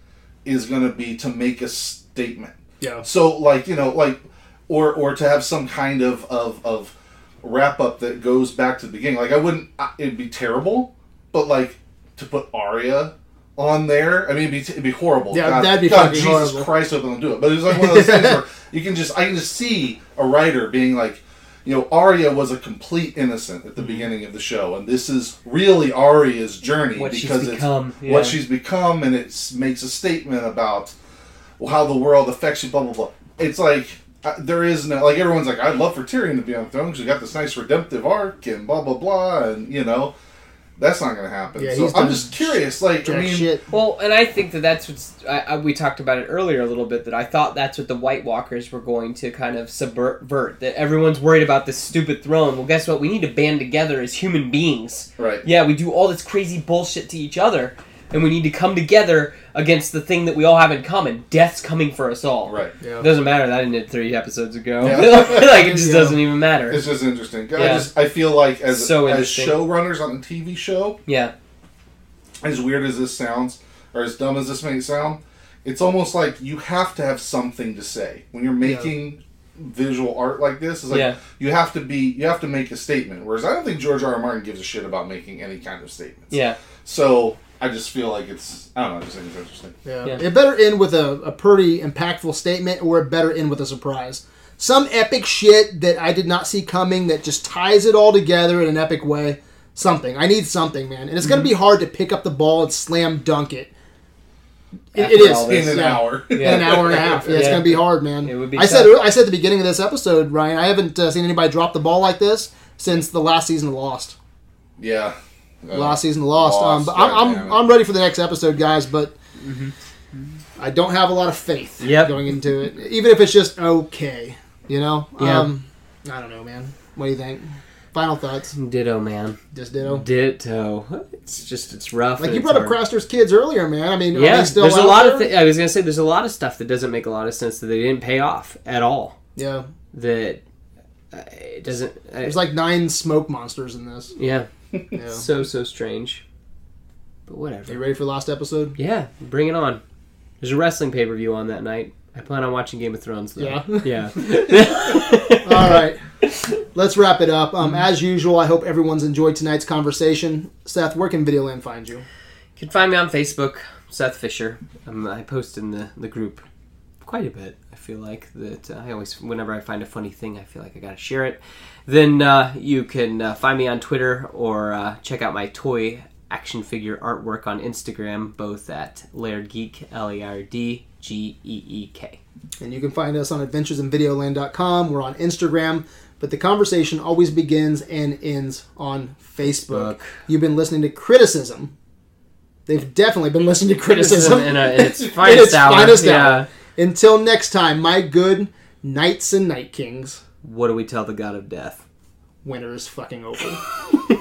is going to be to make a statement. Yeah. So, like, you know, like, or, or to have some kind of, of, of wrap up that goes back to the beginning. Like, I wouldn't, I- it'd be terrible, but like, to put Arya on there, I mean, it'd be, it'd be horrible. Yeah, that'd be fucking Jesus horrible. Christ, I don't do it. But it's like one of those things where you can just, I can just see a writer being like, you know, Arya was a complete innocent Mm-hmm. at the beginning of the show, and this is really Arya's journey What she's because become, it's yeah. what she's become, and it makes a statement about how the world affects you, blah blah blah. It's like uh, there is no like everyone's like, I'd love for Tyrion to be on the throne because we got this nice redemptive arc and blah blah blah, and you know. That's not going to happen. Yeah, so he's I'm done just curious. Like, I Jack mean, shit. Well, and I think that that's what's. I, I, we talked about it earlier a little bit that I thought that's what the White Walkers were going to kind of subvert. That everyone's worried about this stupid throne. Well, guess what? We need to band together as human beings. right? Yeah, we do all this crazy bullshit to each other, and we need to come together against the thing that we all have in common. Death's coming for us all. Right. Yeah. It doesn't matter. That ended three episodes ago. Yeah. like it just Yeah. doesn't even matter. It's just interesting. I Yeah. just I feel like as So as interesting. showrunners on a TV show, yeah. as weird as this sounds, or as dumb as this may sound, it's almost like you have to have something to say when you're making visual art like this. It's like Yeah. you have to be, you have to make a statement. Whereas I don't think George R. R. Martin gives a shit about making any kind of statements. Yeah. So I just feel like it's, I don't know, I just think it's interesting. Yeah. Yeah. It better end with a, a pretty impactful statement or it better end with a surprise. Some epic shit that I did not see coming that just ties it all together in an epic way. Something. I need something, man. And it's Mm-hmm. going to be hard to pick up the ball and slam dunk it. It, it After is. all In this, an yeah. hour. In an hour and a half. Yeah, it's Yeah. going to be hard, man. It would be I said tough. I said at the beginning of this episode, Ryan, I haven't uh, seen anybody drop the ball like this since the last season of Lost. yeah. Uh, Last season of Lost. um, Lost, but I'm, goddamn I'm, it. I'm ready for the next episode, guys, but I don't have a lot of faith Mm-hmm. Yep. going into it. Even if it's just okay. You know? Yeah. Um, I don't know, man. What do you think? Final thoughts. Ditto, man. Just ditto. Ditto. It's just it's rough. Like and you it's brought up hard. Craster's kids earlier, man. I mean, are Yeah, they still there's a out lot there? of. Th- I was gonna say there's a lot of stuff that doesn't make a lot of sense that they didn't pay off at all. Yeah, That uh, it doesn't. I, there's like nine smoke monsters in this. yeah, Yeah. so so strange. But whatever. you ready for last episode? Yeah, bring it on. There's a wrestling pay per view on that night. I plan on watching Game of Thrones though. Yeah. Yeah. All right, let's wrap it up. Mm-hmm. Um, as usual, I hope everyone's enjoyed tonight's conversation. Seth, where can Videoland find you? You can find me on Facebook, Seth Fisher. Um, I post in the, the group quite a bit. I feel like that uh, I always, whenever I find a funny thing, I feel like I gotta share it. Then uh, you can uh, find me on Twitter or uh, check out my toy action figure artwork on Instagram, both at Laird Geek, L A R D G E E K. And you can find us on adventuresinvideoland.com. We're on Instagram, but the conversation always begins and ends on Facebook. Book. You've been listening to criticism. They've definitely been listening to criticism. in, a, in its finest its hour. finest yeah. hour. Until next time, my good knights and night kings, What do we tell the god of death? winter is fucking over.